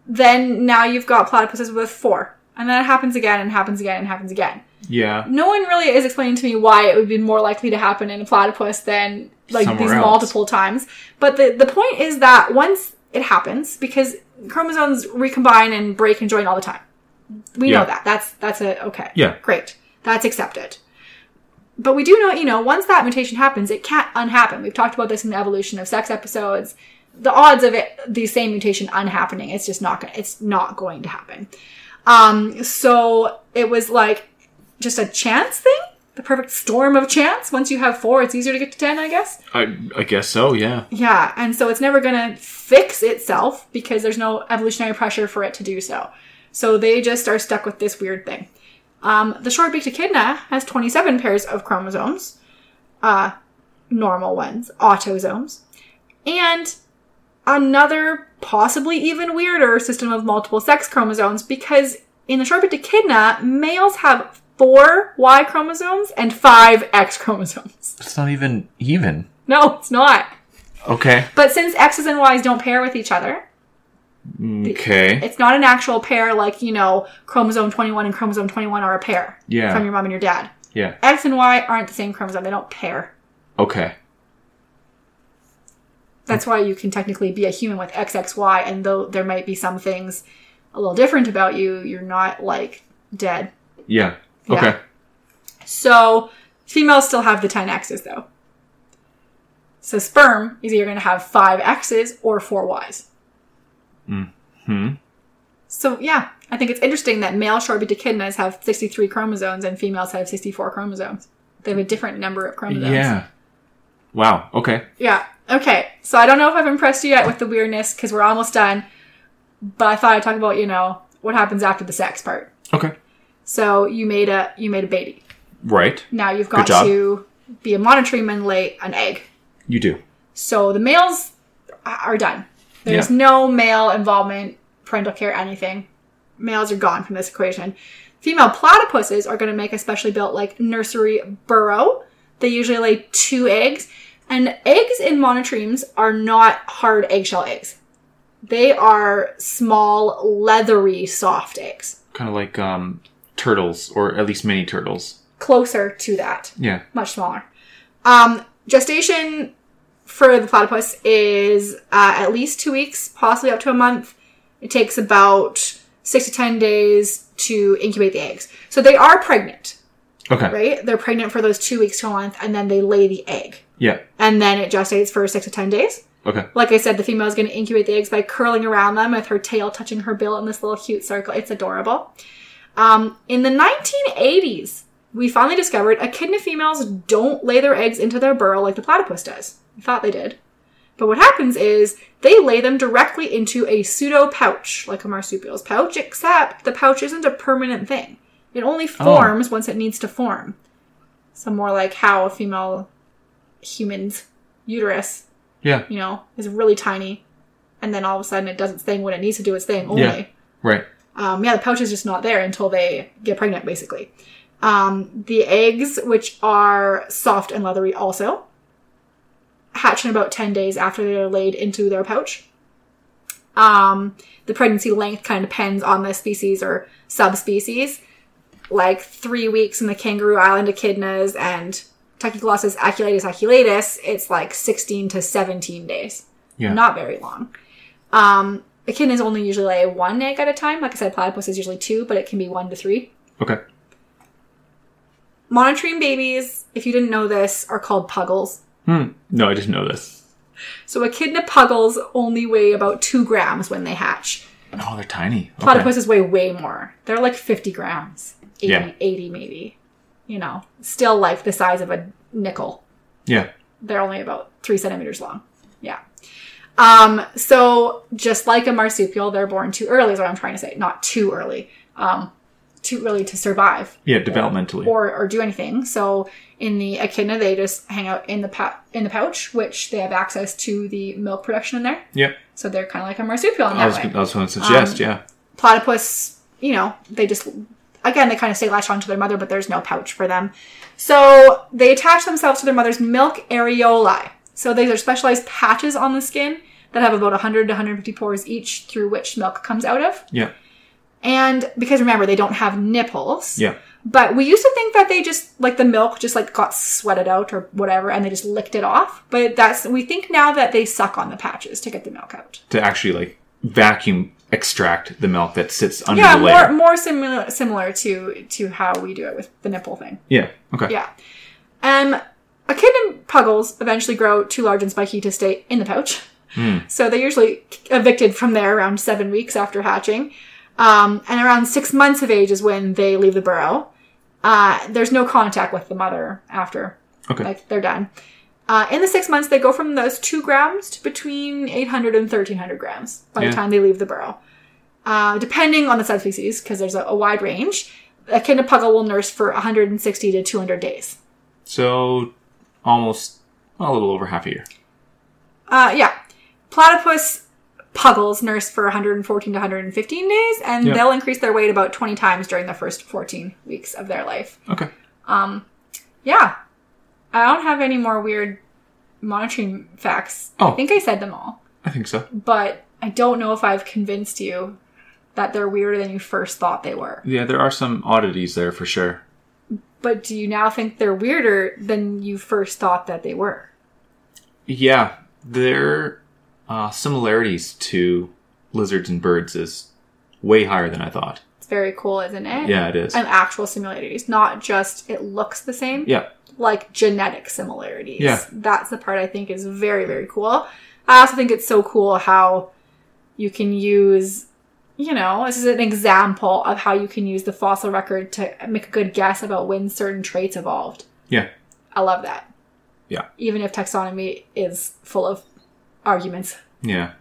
Speaker 1: Then now you've got platypuses with four, and then it happens again and happens again and happens again.
Speaker 2: Yeah.
Speaker 1: No one really is explaining to me why it would be more likely to happen in a platypus than like
Speaker 2: Somewhere
Speaker 1: these
Speaker 2: else.
Speaker 1: multiple times. But the the point is that once it happens, because chromosomes recombine and break and join all the time, we
Speaker 2: Yeah.
Speaker 1: know that. That's that's a okay.
Speaker 2: Yeah.
Speaker 1: great. That's accepted. But we do know, you know, once that mutation happens, it can't unhappen. We've talked about this in the evolution of sex episodes. The odds of it, the same mutation unhappening, it's just not going. It's not going to happen. Um, so it was like just a chance thing, the perfect storm of chance. Once you have four, it's easier to get to ten, I guess.
Speaker 2: I I guess so. Yeah.
Speaker 1: Yeah, and so it's never going to fix itself because there's no evolutionary pressure for it to do so. So they just are stuck with this weird thing. Um, the short-beaked echidna has 27 pairs of chromosomes, uh, normal ones, autosomes, and another possibly even weirder system of multiple sex chromosomes because in the short-beaked echidna, males have four Y chromosomes and five X chromosomes.
Speaker 2: It's not even even.
Speaker 1: No, it's not.
Speaker 2: Okay.
Speaker 1: But since X's and Y's don't pair with each other,
Speaker 2: Okay.
Speaker 1: it's not an actual pair like, you know, chromosome 21 and chromosome 21 are a pair
Speaker 2: Yeah.
Speaker 1: from your mom and your dad.
Speaker 2: Yeah.
Speaker 1: X and Y aren't the same chromosome, they don't pair.
Speaker 2: Okay.
Speaker 1: That's why you can technically be a human with XXY, and though there might be some things a little different about you, you're not like dead.
Speaker 2: Yeah.
Speaker 1: Yeah.
Speaker 2: Okay.
Speaker 1: So females still have the 10 X's though. So sperm is either going to have five X's or four Y's.
Speaker 2: Hmm.
Speaker 1: So yeah, I think it's interesting that male short-beaked echidnas have 63 chromosomes and females have 64 chromosomes. They have a different number of chromosomes.
Speaker 2: Yeah. Wow. Okay.
Speaker 1: Yeah. Okay. So I don't know if I've impressed you yet with the weirdness because we're almost done, but I thought I'd talk about you know what happens after the sex part.
Speaker 2: Okay.
Speaker 1: So you made a you made a baby.
Speaker 2: Right.
Speaker 1: Now you've got
Speaker 2: Good job.
Speaker 1: to be a monitoring and lay an egg.
Speaker 2: You do.
Speaker 1: So the males are done. There's
Speaker 2: Yeah.
Speaker 1: no male involvement, parental care, anything. Males are gone from this equation. Female platypuses are going to make a specially built like nursery burrow. They usually lay two eggs, and eggs in monotremes are not hard eggshell eggs. They are small, leathery, soft eggs.
Speaker 2: Kind of like um turtles or at least mini turtles.
Speaker 1: Closer to that.
Speaker 2: Yeah.
Speaker 1: much smaller. Um, gestation for the platypus is uh, at least two weeks, possibly up to a month. It takes about six to ten days to incubate the eggs. So they are pregnant,
Speaker 2: Okay.
Speaker 1: right? They're pregnant for those two weeks to a month, and then they lay the egg.
Speaker 2: Yeah.
Speaker 1: And then it gestates for six to ten days.
Speaker 2: Okay.
Speaker 1: Like I said, the female is going to incubate the eggs by curling around them with her tail touching her bill in this little cute circle. It's adorable. Um, in the 1980s, we finally discovered echidna females don't lay their eggs into their burrow like the platypus does. We thought they did. But what happens is they lay them directly into a pseudo pouch, like a marsupial's pouch, except the pouch isn't a permanent thing. It only forms once it needs to form. So, more like how a female human's uterus
Speaker 2: Yeah.
Speaker 1: you know, is really tiny, and then all of a sudden it does its thing when it needs to do its thing only.
Speaker 2: Yeah. Right.
Speaker 1: Um, yeah, the pouch is just not there until they get pregnant, basically. Um, the eggs, which are soft and leathery, also hatch in about 10 days after they're laid into their pouch. Um, the pregnancy length kind of depends on the species or subspecies, like three weeks in the kangaroo island echidnas and Tachyglossus aculatus aculatus, it's like 16 to 17 days.
Speaker 2: Yeah.
Speaker 1: Not very long. Um, echidnas only usually lay one egg at a time. Like I said, platypus is usually two, but it can be one to three.
Speaker 2: Okay.
Speaker 1: Monotremes babies, if you didn't know this, are called puggles.
Speaker 2: Hmm. No, I didn't know this.
Speaker 1: So echidna puggles only weigh about two grams when they hatch.
Speaker 2: Oh, they're tiny. Okay.
Speaker 1: Platypuses weigh way more. They're like 50 grams, 80,
Speaker 2: Yeah.
Speaker 1: 80 maybe. You know, still like the size of a nickel.
Speaker 2: Yeah.
Speaker 1: They're only about three centimeters long. Yeah. Um, so just like a marsupial, they're born too early, is what I'm trying to say. Not too early. Um, too early to survive
Speaker 2: Yeah. Developmentally.
Speaker 1: or or do anything. So in the echidna, they just hang out in the pou- in the pouch, which they have access to the milk production in there.
Speaker 2: yeah.
Speaker 1: So they're kind of like a marsupial in
Speaker 2: I
Speaker 1: that
Speaker 2: was,
Speaker 1: way.
Speaker 2: I was going to suggest.
Speaker 1: Um,
Speaker 2: yeah.
Speaker 1: Platypus, you know, they just again they kind of stay latched onto their mother, but there's no pouch for them. So they attach themselves to their mother's milk areoli. So these are specialized patches on the skin that have about 100 to 150 pores each through which milk comes out of.
Speaker 2: Yeah.
Speaker 1: And because remember, they don't have nipples.
Speaker 2: Yeah.
Speaker 1: But we used to think that they just like the milk just like got sweated out or whatever, and they just licked it off. But that's we think now that they suck on the patches to get the milk out.
Speaker 2: To actually like vacuum extract the milk that sits under
Speaker 1: yeah,
Speaker 2: the layer.
Speaker 1: more more similar similar to to how we do it with the nipple thing.
Speaker 2: Yeah. Okay.
Speaker 1: Yeah. Um, echidna puggles eventually grow too large and spiky to stay in the pouch. So they're usually evicted from there around seven weeks after hatching. Um, and around six months of age is when they leave the burrow. Uh, there's no contact with the mother after.
Speaker 2: Okay.
Speaker 1: Like they're done. Uh, in the six months, they go from those two grams to between 800 and 1300 grams by
Speaker 2: Yeah.
Speaker 1: the time they leave the burrow. Uh, depending on the subspecies, because there's a, a wide range, a kidney puggle will nurse for 160 to 200 days.
Speaker 2: So almost a little over half a year.
Speaker 1: Uh, yeah. Platypus puggles nurse for 114 to 115 days, and
Speaker 2: Yeah.
Speaker 1: they'll increase their weight about 20 times during the first 14 weeks of their life.
Speaker 2: Okay.
Speaker 1: Yeah. I don't have any more weird monitoring facts.
Speaker 2: Oh.
Speaker 1: I think I said them all,
Speaker 2: I think so.
Speaker 1: but I don't know if I've convinced you that they're weirder than you first thought they were.
Speaker 2: Yeah, there are some oddities there for sure.
Speaker 1: But do you now think they're weirder than you first thought that they were?
Speaker 2: Yeah, their uh, similarities to lizards and birds is way higher than I thought.
Speaker 1: It's very cool, isn't it?
Speaker 2: Yeah, it is.
Speaker 1: And actual similarities, not just it looks the same.
Speaker 2: Yeah.
Speaker 1: like genetic similarities.
Speaker 2: Yeah.
Speaker 1: That's the part I think is very, very cool. I also think it's so cool how you can use, you know, this is an example of how you can use the fossil record to make a good guess about when certain traits evolved.
Speaker 2: Yeah.
Speaker 1: I love that.
Speaker 2: Yeah.
Speaker 1: Even if taxonomy is full of arguments.
Speaker 2: Yeah.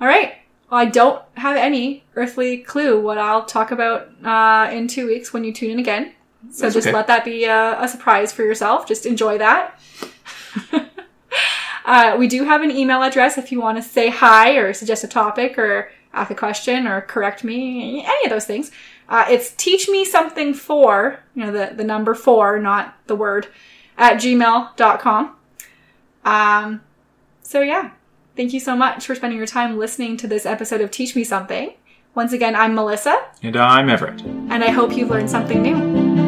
Speaker 1: All right. Well, I don't have any earthly clue what I'll talk about uh, in two weeks when you tune in again. So
Speaker 2: That's
Speaker 1: just
Speaker 2: okay.
Speaker 1: let that be uh, a, a surprise for yourself. Just enjoy that. uh, we do have an email address if you want to say hi or suggest a topic or ask a question or correct me, any of those things. Uh, it's teach me something for, you know, the, the number four, not the word, at gmail.com. Um, so yeah, thank you so much for spending your time listening to this episode of Teach Me Something. Once again, I'm Melissa,
Speaker 2: And I'm Everett.
Speaker 1: and I hope you've learned something new.